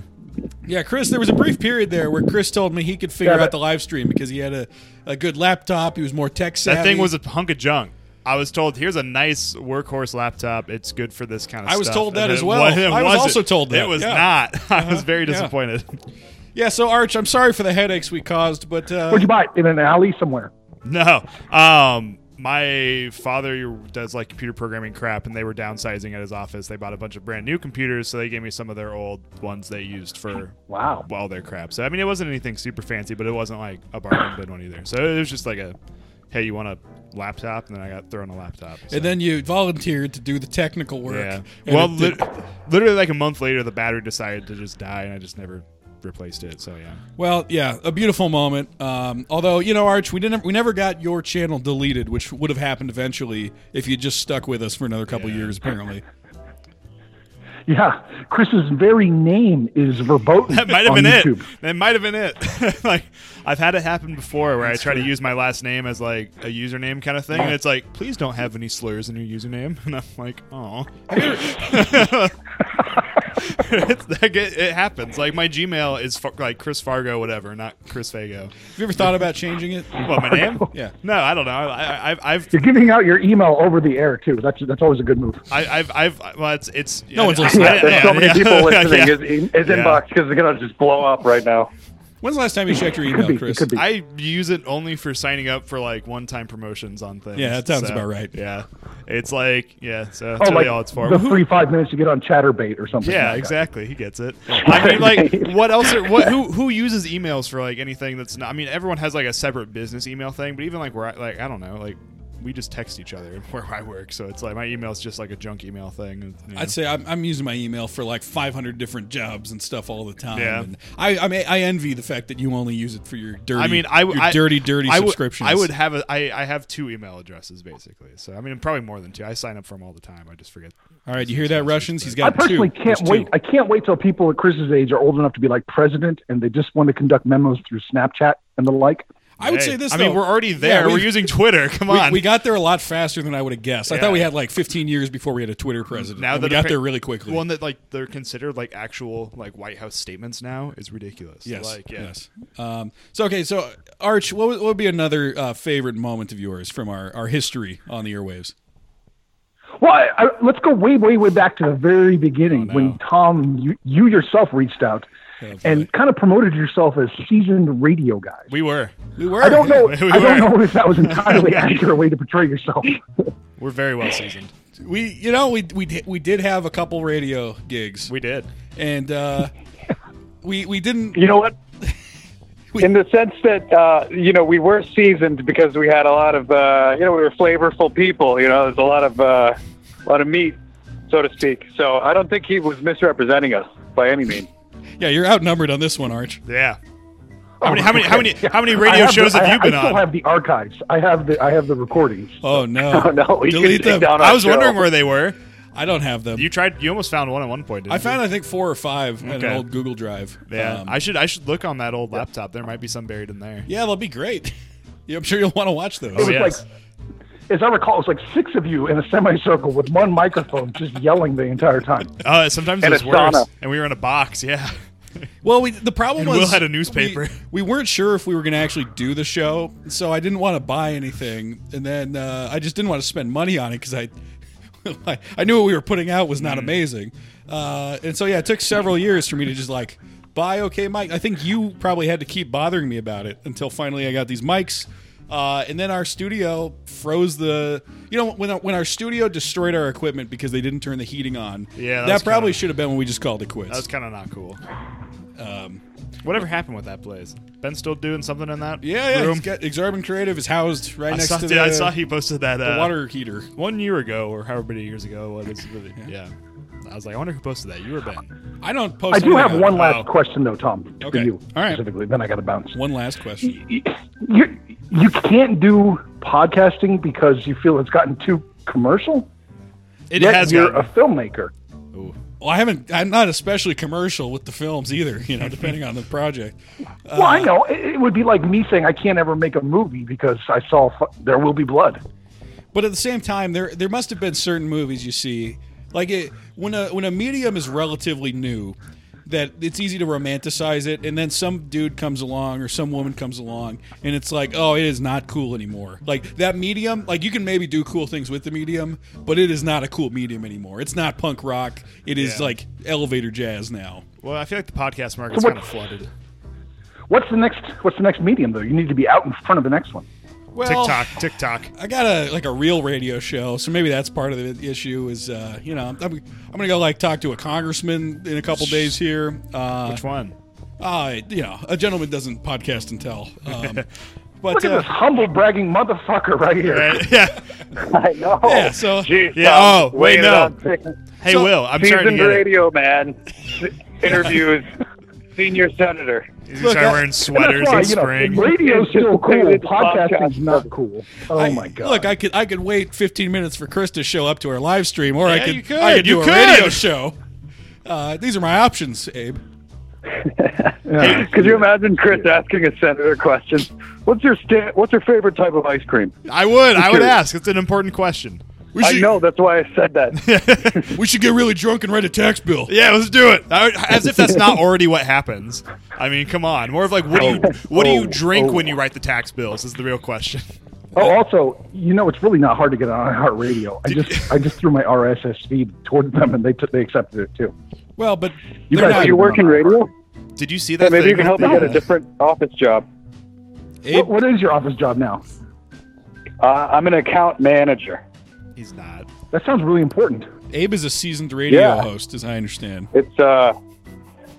yeah, Chris, there was a brief period there where Chris told me he could figure
Yeah,
out
but-
the live stream because he had a, a good laptop. He was more tech savvy.
that thing was a hunk of junk. I was told, here's a nice workhorse laptop. It's good for this kind of
I
stuff.
was told that
And
as
it
well.
wa- it
I was
wasn't.
also told that,
It was
yeah.
not. [laughs] I was
[laughs]
very
yeah.
disappointed. [laughs]
yeah. So Arch, I'm sorry for the headaches we caused, but uh,
Where'd you buy it? In an alley somewhere.
No. Um, my father does like computer programming crap, and they were downsizing at his office. They bought a bunch of brand new computers, so they gave me some of their old ones they used for
Wow.
all their crap. So I mean, it wasn't anything super fancy, but it wasn't like a bargain bin one either. So it was just like a, hey, you want a laptop? And then I got thrown a laptop. So.
and then you volunteered to do the technical work.
yeah.
and
Well,
it did-
lit- literally like a month later, the battery decided to just die, and I just never replaced it. So yeah.
Well, yeah, a beautiful moment. Um, although you know, Arch, we didn't, we never got your channel deleted, which would have happened eventually if you just stuck with us for another couple
Yeah.
years. Apparently,
Yeah. Chris's very name is verboten.
That might have
on
been
YouTube.
it. That might have been it. [laughs] like I've had it happen before where I try to use my last name as like a username kind of thing, and it's like, please don't have any slurs in your username, [laughs] and I'm like, oh. it happens. Like my Gmail is fa- like Chris Fargo, whatever, not Chris Fago.
have you ever thought about changing it?
What my name?
Yeah.
No, I don't know. I, I, I've
You're giving out your email over the air too. That's that's always a good move.
I, I've, I've, well, it's, it's.
No one's
I-
listening.
I-
Yeah, there's so many
yeah.
people listening.
[laughs] Yeah.
His, his inbox because it's gonna just blow up right now.
When's the last time you checked your
Could
email,
be.
Chris?
Could be.
I use it only for signing up for like one-time promotions on things.
Yeah, that sounds about right.
Yeah, it's like yeah, so
Oh
that's really all it's for.
Oh, the
Who-
three five minutes you get on ChatterBait or something.
yeah,
like that.
exactly. He
[laughs]
gets it. I mean, like, what else? Are, what who who uses emails for like anything that's not? I mean, everyone has like a separate business email thing, but even like where I like I don't know, like we just text each other [laughs] where I work, so it's like my email's just like a junk email thing. you know.
I'd say I'm, I'm using my email for like 500 different jobs and stuff all the time.
Yeah.
And I, I mean, I envy the fact that you only use it for your dirty,
I mean, I,
your
I
dirty, dirty
I would-
subscriptions.
I would have a, I, I have two email addresses basically. So I mean, probably more than two. I sign up for them all the time. I just forget.
All right, you hear that, Russians? He's
I
got
personally
two.
can
There's
can't wait.
two.
I can't wait till people at Chris's age are old enough to be like president, and they just want to conduct memos through Snapchat and the like.
I would
Hey,
say this.
I mean,
though.
we're already
Yeah,
there. we're
we've-
using Twitter. [laughs] Come
we,
on.
we got there a lot faster than I would have guessed. I
Yeah.
thought we had like 15 years before we had a Twitter president.
now
and we
that
got
appar-
there really quickly.
One that like they're considered like actual like White House statements now is ridiculous.
yes,
Like, yeah.
yes. Um, so okay, so Arch, what would, what would be another uh, favorite moment of yours from our, our history on the airwaves?
Well, I, I, let's go way, way, way back to the very
Oh,
beginning when Tom, you, you yourself reached out
boy.
and kind of promoted yourself as seasoned radio guy.
We were.
We were.
I don't know.
[laughs] We
I don't
were.
know if that was
[laughs]
entirely accurate way to portray yourself.
We're very well seasoned.
We you know we we did, we did have a couple radio gigs
We did.
and
[laughs]
uh, we we didn't.
You know what? In the sense that uh, you know we were seasoned because we had a lot of uh, you know we were flavorful people. You know, there's a lot of uh, a lot of meat, so to speak. So I don't think he was misrepresenting us by any means. [laughs]
Yeah, you're outnumbered on this one, Arch.
Yeah. How many how many how many how many
I
radio
have
shows
the,
have
I,
you been
I still
on?
have the archives. I have the I have the recordings.
Oh no!
[laughs]
Oh, no, we can take
delete them.
down our
I was
show.
wondering where they were.
I don't have them.
You tried you almost found one at one point, didn't
I found I think four or five in an
Okay.
old Google Drive.
you? Yeah.
Um,
I should I should look on that old laptop. There might be some buried in there.
yeah, they'll be great. [laughs] Yeah, I'm sure you'll want to watch those.
It was
yeah. yes.
like, as I recall, it was like six of you in a semicircle with one microphone just yelling the entire time.
Uh, sometimes it
And
was
a
worse.
sauna.
And we were in a box, [laughs] yeah.
Well, we the problem
And
was
Will had a newspaper.
We, we weren't sure if we were going to actually do the show, so I didn't want to buy anything, and then uh, I just didn't want to spend money on it because I, [laughs] I, I knew what we were putting out was
Mm.
not amazing, uh, and so yeah, it took several years for me to just like buy okay mic. I think you probably had to keep bothering me about it until finally I got these mics. Uh, and then our studio froze the. You know when our, when our studio destroyed our equipment because they didn't turn the heating on.
Yeah, that was
that probably
kinda-
should have been when we just called it quits.
That was kind of not cool. Um, Whatever happened with that place? Ben still doing something in that?
Yeah, yeah.
room?
He's got Exarban Creative is housed right
I,
next
saw,
to
dude,
the,
I saw he posted that
the
uh,
water heater.
one year ago or however many years ago. What is it? Yeah. I was like, I wonder who posted that. You or Ben?
I don't post.
I do
anything
have
on it.
one
Oh.
last question though, Tom, for
Okay.
you
All right.
specifically. Then I got to bounce.
One last question.
You you can't do podcasting because you feel it's gotten too commercial.
It
yet
has
you're
gotten-
a filmmaker.
Well, I haven't. I'm not especially commercial with the films either. You know, depending on the project.
well, I
Uh.
know it, it would be like me saying I can't ever make a movie because I saw Fu- There Will Be Blood.
But at the same time, there there must have been certain movies you see, like it, when a when a medium is relatively new, that it's easy to romanticize it, and then some dude comes along or some woman comes along, and it's like, oh, it is not cool anymore. Like that medium, like you can maybe do cool things with the medium, but it is not a cool medium anymore. It's not punk rock. It is
Yeah.
like elevator jazz now.
Well, I feel like the podcast market's
So
kind
what-
of flooded.
What's the next? What's the next medium though? You need to be out in front of the next one.
Well,
TikTok,
[laughs]
TikTok.
I got a like a real radio show, so maybe that's part of the issue. Is uh, you know I'm, I'm gonna go like talk to a congressman in a couple days here. Uh,
Which one?
uh, you know, a gentleman doesn't podcast and tell. Um, but
Look at
uh,
this humble bragging motherfucker right here.
Uh, [laughs] yeah.
[laughs] I know.
yeah,
[laughs]
so
Jeez,
Yeah,
Tom,
oh, wait,
weighing
no. [laughs]
it on-
Hey,
So-
Will, I'm sorry to
Seasoned
get it.
radio man [laughs] interviews senior senator.
He's
Look,
started
I-
wearing
That's
sweaters
why,
in
you know,
spring.
radio's
It's just
still cool.
completely
Podcasting's
podcast.
not cool. Oh
I-
my god!
Look, I could I could wait 15 minutes for Chris to show up to our live stream, or I
Yeah,
could
you could.
I could do
You
a
could.
radio show. Uh, these are my options, Abe.
Yeah.
Could you imagine Chris asking a senator question? What's your sta- What's your favorite type of ice cream?
I would. I would ask. It's an important question.
We
[laughs]
I know that's why I said that.
we should get really drunk and write a tax bill.
Yeah, let's do it. I would- as if that's not already what happens. I mean, come on. More of like, what do you what do you
Oh,
drink
oh.
when you write the tax bills? Is the real question. [laughs]
Oh, also, you know, it's really not hard to get on iHeartRadio. I just, I just threw my RSS feed toward them, and they took, they accepted it too.
Well, but
You
they're
guys
Oh,
not,
are
you work in radio?
Did you see that?
Maybe
thing
you can help
with
me get a
the-
different office job.
Abe,
what is your office job now?
Uh, I'm an account manager.
He's not.
That sounds really important.
Abe is a seasoned radio
Yeah.
host, as I understand.
It's uh,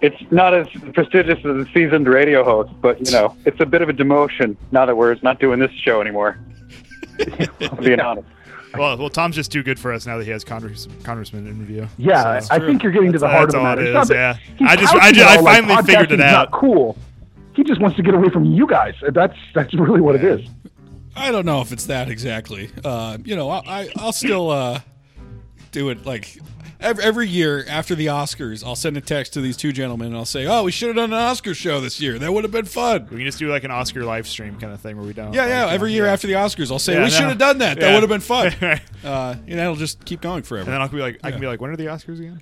it's not as prestigious as a seasoned radio host, but you know, it's a bit of a demotion now that we're not doing this show anymore. [laughs] I'm being honest.
Well, well, Tom's just too good for us now that he has Congress, congressman interview.
Yeah,
So-
I think you're getting to the heart
That's
of the
all it
matter.
is,
It's not that-
yeah.
he's
I just- I
touting
ju-
it
I
all like
finally figured it
podcasting's
out.
Not cool. He just wants to get away from you guys. That's that's really what it is.
I don't know if it's that exactly. Uh, you know, I, I I'll still uh, do it like every, every year after the Oscars. I'll send a text to these two gentlemen and I'll say, "Oh, we should have done an Oscar show this year. That would have been fun."
we can just do like an Oscar live stream kind of thing where we don't.
Yeah, yeah.
like,
Every
you know,
year
yeah.
after the Oscars, I'll say
Yeah,
we
no.
should have done that. That
Yeah.
would have been
[laughs]
fun.
Right.
uh, and that'll just keep going forever.
And then I'll be like, I can be like, when are the Oscars again?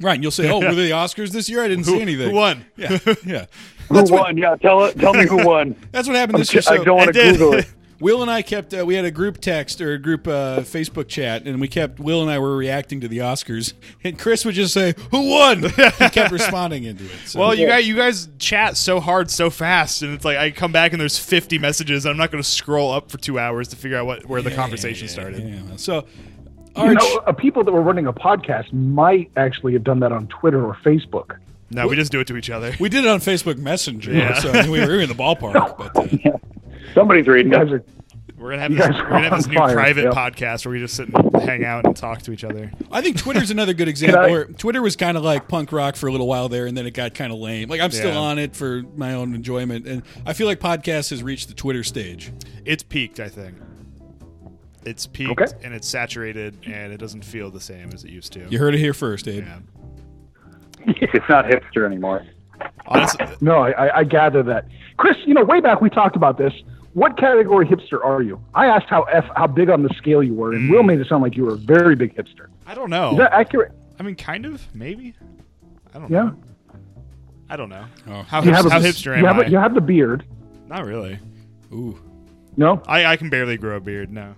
right? And you'll
[laughs]
say, "Oh, were the Oscars this year? I didn't see anything."
Who won?
Yeah, yeah.
Who won? Yeah, tell it. Tell me who won.
That's what happened this year.
I
So-
don't want to
did.
Google it.
Will and I kept uh, we had a group text or a group uh, Facebook chat, and we kept Will and I were reacting to the Oscars, and Chris would just say, "Who won?" He kept responding into it. So.
[laughs] Well, you guys, you guys chat so hard, so fast, and it's like I come back and there's 50 messages. And I'm not going to scroll up for two hours to figure out what where the conversation started.
yeah. So,
You
Arch,
know, uh, people that were running a podcast might actually have done that on Twitter or Facebook.
No, we just do it to each other.
we did it on Facebook Messenger,
Yeah.
so I mean, we were in the ballpark. But uh,
Somebody's
You
reading. it.
guys are
We're gonna have this,
guys
we're gonna have
are
this
on
new
fire,
private
yep.
podcast where we just sit and hang out and talk to each other.
I think Twitter's another good example.
I-
where Twitter was kind of like punk rock for a little while there, and then it got kind of lame. Like I'm still
Yeah.
on it for my own enjoyment, and I feel like podcast has reached the Twitter stage.
It's peaked, I think. It's peaked
Okay.
and it's saturated and it doesn't feel the same as it used to.
You heard it here first, Abe.
Yeah.
It's not hipster anymore.
Honestly,
No, I, I, I gather that. Chris, you know, way back we talked about this. What category hipster are you? I asked how F, how big on the scale you were, and
Mm.
Will made it sound like you were a very big hipster.
I don't know.
Is that accurate?
I mean, kind of, maybe. I don't
Yeah.
know. I don't know.
Oh.
How,
You
hip-
have a-
how hipster am
you have
I?
A, you have the beard.
Not really.
Ooh,
No,
I, I can barely grow a beard now.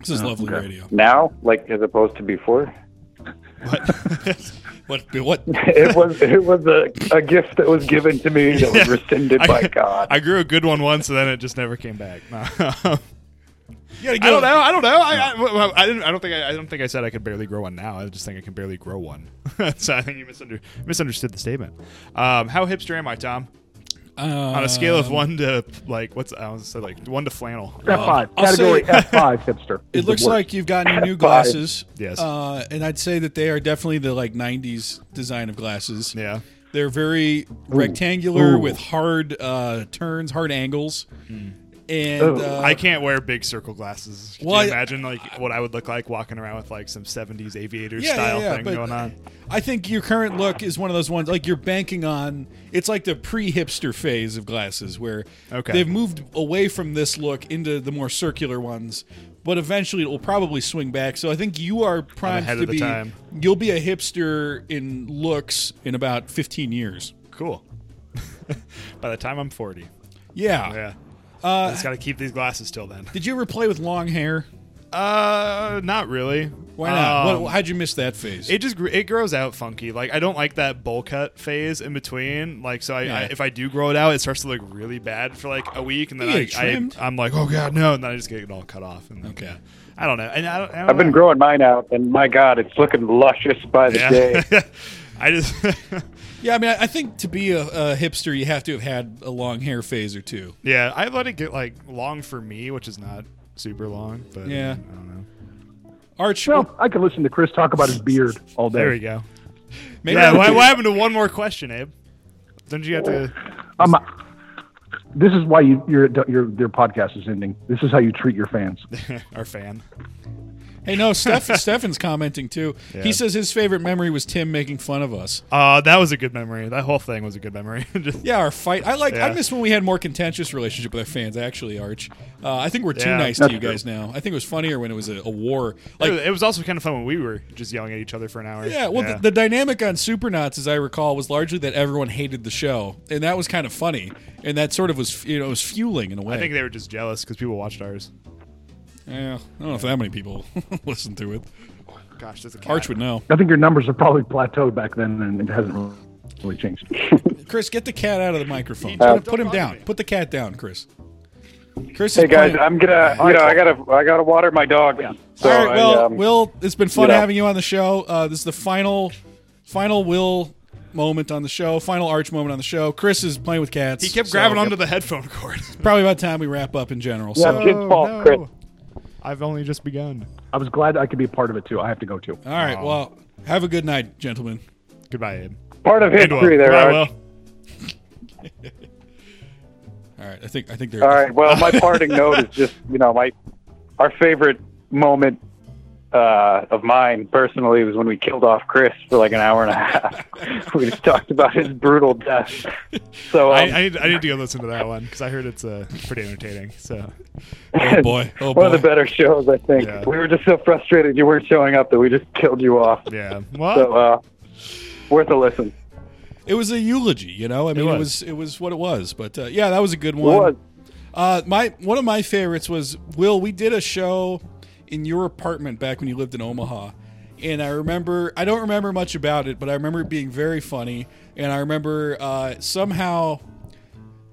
this
Oh,
is lovely radio.
Now, like as opposed to before,
[laughs] What?
What? What?
[laughs]
it was it was a, a gift that was given to me that was [laughs] rescinded
I-
by God.
I grew a good one once, and then it just never came back. [laughs] No.
You gotta
I
get
don't
a-
know. I don't know. I, I, well, I didn't. I don't think. I, I don't think I said I could barely grow one now. I just think I can barely grow one. [laughs] so I think you misunder, misunderstood the statement. Um, how hipster am I, Tom? On a scale of one to like, what's I was say like one to flannel.
F five
I'll
category
say-
F five hipster.
It [laughs]
is the
looks
word.
like you've gotten
[laughs]
your new glasses.
Yes.
Uh, and I'd say that they are definitely the like 90s design of glasses.
Yeah.
They're very rectangular with hard uh, turns, hard angles. and uh,
Hmm. Oh, I can't wear big circle glasses. Can
Well, I-
you imagine like what I would look like walking around with like some '70s aviator
Yeah, yeah,
style
yeah,
thing
but-
going [laughs] on?
I think your current look is one of those ones like you're banking on. It's like the pre-hipster phase of glasses where
Okay.
they've moved away from this look into the more circular ones, but eventually it will probably swing back. So I think you are primed
ahead
to
of the
be.
time.
You'll be a hipster in looks in about 15 years.
Cool. [laughs] By the time I'm 40,
Yeah.
yeah, uh, just gotta keep these glasses till then.
Did you ever play with long hair?
[laughs] Uh, not really.
Why not?
Um,
What- how'd you miss that phase?
It just gr- it grows out funky. Like I don't like that bowl cut phase in between. Like so, I, I
Yeah.
if I do grow it out, it starts to look really bad for like a week, and then
You
I,
get it
I
trimmed.
I'm like, oh god, no, and then I just get it all cut off. And then,
Okay.
I don't know. And I don't, I don't
I've been
know.
growing mine out, and my God, it's looking luscious by the day.
Yeah. [laughs] I just
yeah, I mean, I, I think to be a, a hipster, you have to have had a long hair phase or two.
yeah, I let it get like long for me, which is not super long, but
Yeah.
I don't know.
Arch,
Well, Oh, I could listen to Chris talk about his beard all day.
There we go.
maybe
Yeah,
I-
what, what happened to one more question, Abe? Don't you have to?
I'm, this is why you, your your your podcast is ending. This is how you treat your fans.
Our fan.
Hey, no,
[laughs]
Steph, Stefan's commenting too.
Yeah.
He says his favorite memory was Tim making fun of us.
Uh, that was a good memory. That whole thing was a good memory. [laughs] Just-
Yeah, our fight. I like. I
Yeah.
miss when we had more contentious relationship with our fans. Actually, Arch, uh, I think we're too
Yeah.
nice to
That's
you
true.
guys now. I think it was funnier when it was a, a war.
It
Like,
was- it was also kind of fun when we were just yelling at each other for an hour.
yeah. Well, The, the dynamic on Supernauts, as I recall, was largely that everyone hated the show, and that was kind of funny, and that sort of was you know it was fueling in a way.
I think they were just jealous because people watched ours.
yeah, I don't know if that many people [laughs] listened to it.
Gosh, there's a cat.
Arch would know.
I think your numbers are probably plateaued back then, and it hasn't really changed.
Chris, get the cat out of the microphone.
Uh,
Put him
don't
down.
bother me.
Put the cat down, Chris. Chris.
Hey
is
guys,
playing-
I'm gonna, you know, I gotta, I gotta water my dog. So
All right, well,
I, um,
Will, it's been fun
you know.
having you on the show. Uh, this is the final, final Will moment on the show, final Arch moment on the show. Chris is playing with cats.
He kept
so
grabbing onto the headphone
[laughs]
cord. Oh,
Probably about time we wrap up in general.
Yeah,
so,
it's his fault, Chris.
I've only just begun.
I was glad I could be a part of it too. I have to go too.
all right, well, have a good night, gentlemen.
Goodbye, Abe.
part of
And Will.
history there.
Goodbye,
Arch.
Will.
All right, I think I think they're
All right. Well, my parting note is just, you know, my our favorite moment uh, of mine personally was when we killed off Chris for like an hour and a half. [laughs] we just talked about his brutal death. So
I,
um,
I, need, I need to go listen to that one because I heard it's uh, pretty entertaining. So
Oh boy, oh
[laughs] one of
boy.
the better shows, I think.
Yeah.
We were just so frustrated you weren't showing up that we just killed you off.
yeah, well,
So uh, worth a listen.
It was a eulogy, you know. I mean, it was
was.
it was, what it was, but uh, yeah, that was a good
It
one.
was
Uh, my one of my favorites was Will. We did a show in your apartment back when you lived in Omaha, and I remember I don't remember much about it, but I remember it being very funny, and I remember uh, somehow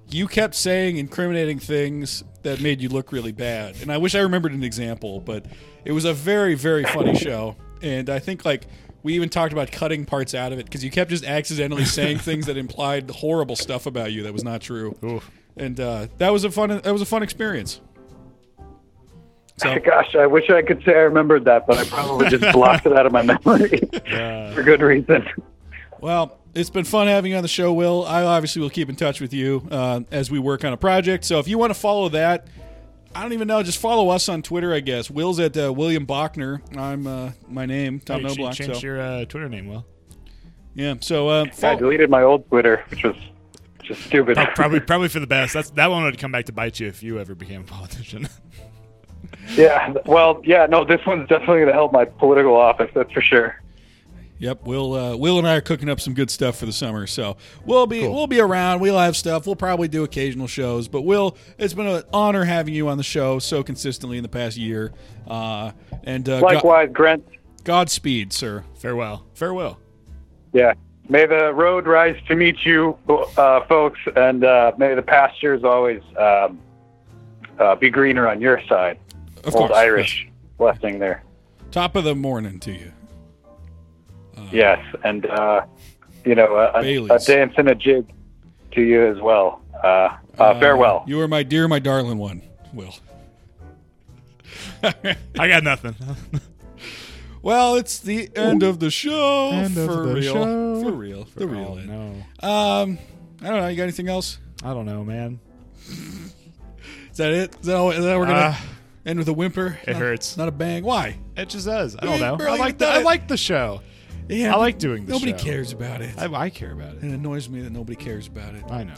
you kept saying incriminating things that made you look really bad, and I wish I remembered an example, but it was a very very funny show, and I think like. We even talked about cutting parts out of it because you kept just accidentally saying things that implied horrible stuff about you that was not true
oof.
and uh, that was a fun that was a fun experience. So
[laughs] Gosh, I wish I could say I remembered that, but I probably
[laughs]
just blocked it out of my memory [laughs] for good reason.
well, it's been fun having you on the show, Will. I obviously will keep in touch with you uh, as we work on a project. So if you want to follow that, I don't even know, just follow us on Twitter, I guess. Will's at uh, William Bachner. I'm uh, my name Tom
you should
Noblock.
change
So
your uh, Twitter name, Will.
yeah, so uh,
I
follow,
deleted my old Twitter, which was just stupid.
Prob- Probably, probably for the best. That's that one would come back to bite you if you ever became a
[laughs]
politician. [laughs]
yeah. Well, yeah. No, this one's definitely gonna help my political office. That's for sure.
Yep, Will uh, Will and I are cooking up some good stuff for the summer, so we'll be we'll be around. We'll have stuff. We'll probably do occasional shows, but Will, it's been an honor having you on the show so consistently in the past year. Uh, and uh, God,
Likewise, Grant.
Godspeed, sir.
Farewell, farewell.
Yeah. May the road rise to meet you, uh, folks, and uh, may the pastures always um, uh, be greener on your side.
Of
old
course,
Irish blessing there.
yes. Top of the morning to you.
Yes, and uh, you know, a, a, a
Uh-huh. Baileys.
dance and a jig to you as well. Uh, uh, farewell.
You are my dear, my darling one, Will.
I got [laughs] nothing.
Oh, Well, it's the end of the show.
End of
for
the
real,
show.
for real, the real.
Oh,
end.
no,
Um, I don't know. You got anything else?
I don't know, man.
that it? Is that, all, is that we're gonna
Uh,
end with a whimper?
it
Not-
hurts.
Not a bang. Why?
It just does. I
You
don't know. I
barely
like the,
done
I
it.
like the show.
Yeah,
I
but
like doing the
Nobody
show.
cares about it.
I, I care about
it
it.
annoys me that nobody cares about it.
I know.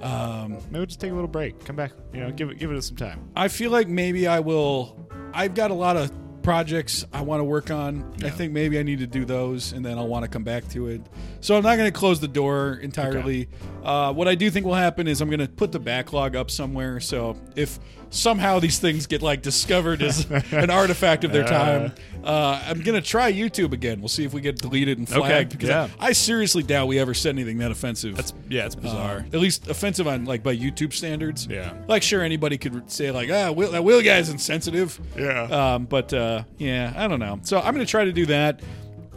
Um,
Maybe we'll just take a little break. Come back. You know, give it give it some time.
I feel like maybe I will. I've got a lot of projects I want to work on. I
Yeah.
think maybe I need to do those, and then I'll want to come back to it. So I'm not going to close the door entirely. Uh, what I do think will happen is I'm going to put the backlog up somewhere. So if somehow these things get like discovered as
[laughs]
an artifact of their time, uh, I'm going to try YouTube again. We'll see if we get deleted and flagged. because
yeah.
I, I seriously doubt we ever said anything that offensive.
That's yeah, it's bizarre.
Uh, at least offensive on like by YouTube standards.
Yeah.
Like sure anybody could say like ah Will, that Will guy's insensitive.
Yeah.
Um, but uh, yeah, I don't know. So I'm gonna try to do that.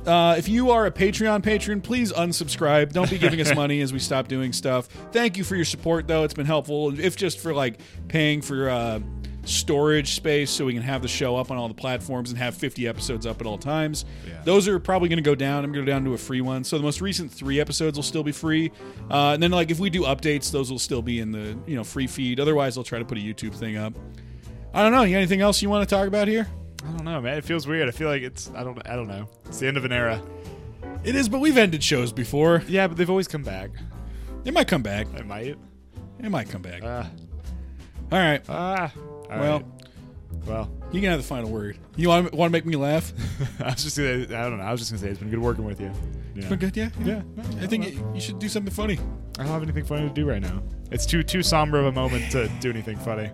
Uh, if you are a Patreon patron, please unsubscribe. Don't be
[laughs]
giving us money as we stop doing stuff. Thank you for your support though; it's been helpful. If just for like paying for uh, storage space so we can have the show up on all the platforms and have 50 episodes up at all times.
Yeah.
Those those are probably going to go down. I'm going to go down to a free one. So the most recent three episodes will still be free, uh, and then like if we do updates, those will still be in the you know free feed. Otherwise, I'll try to put a YouTube thing up. I don't know. You got anything else you want to talk about here?
I don't know, man. It feels weird. I feel like it's I don't I don't know. It's the end of an era.
It is, but we've ended shows before.
Yeah, but they've always come back.
It might come back.
I might.
It might come back. All
Ah.
right.
Ah. All
Uh, Well,
right. well. [laughs]
you can have the final word. You want want to make me laugh?
I was just gonna. I don't know. I was just gonna say it's been good working with you. Yeah.
But good, yeah,
Yeah.
I think you, you should do something funny.
I don't have anything funny to do right now. It's too too somber of a moment to do anything funny.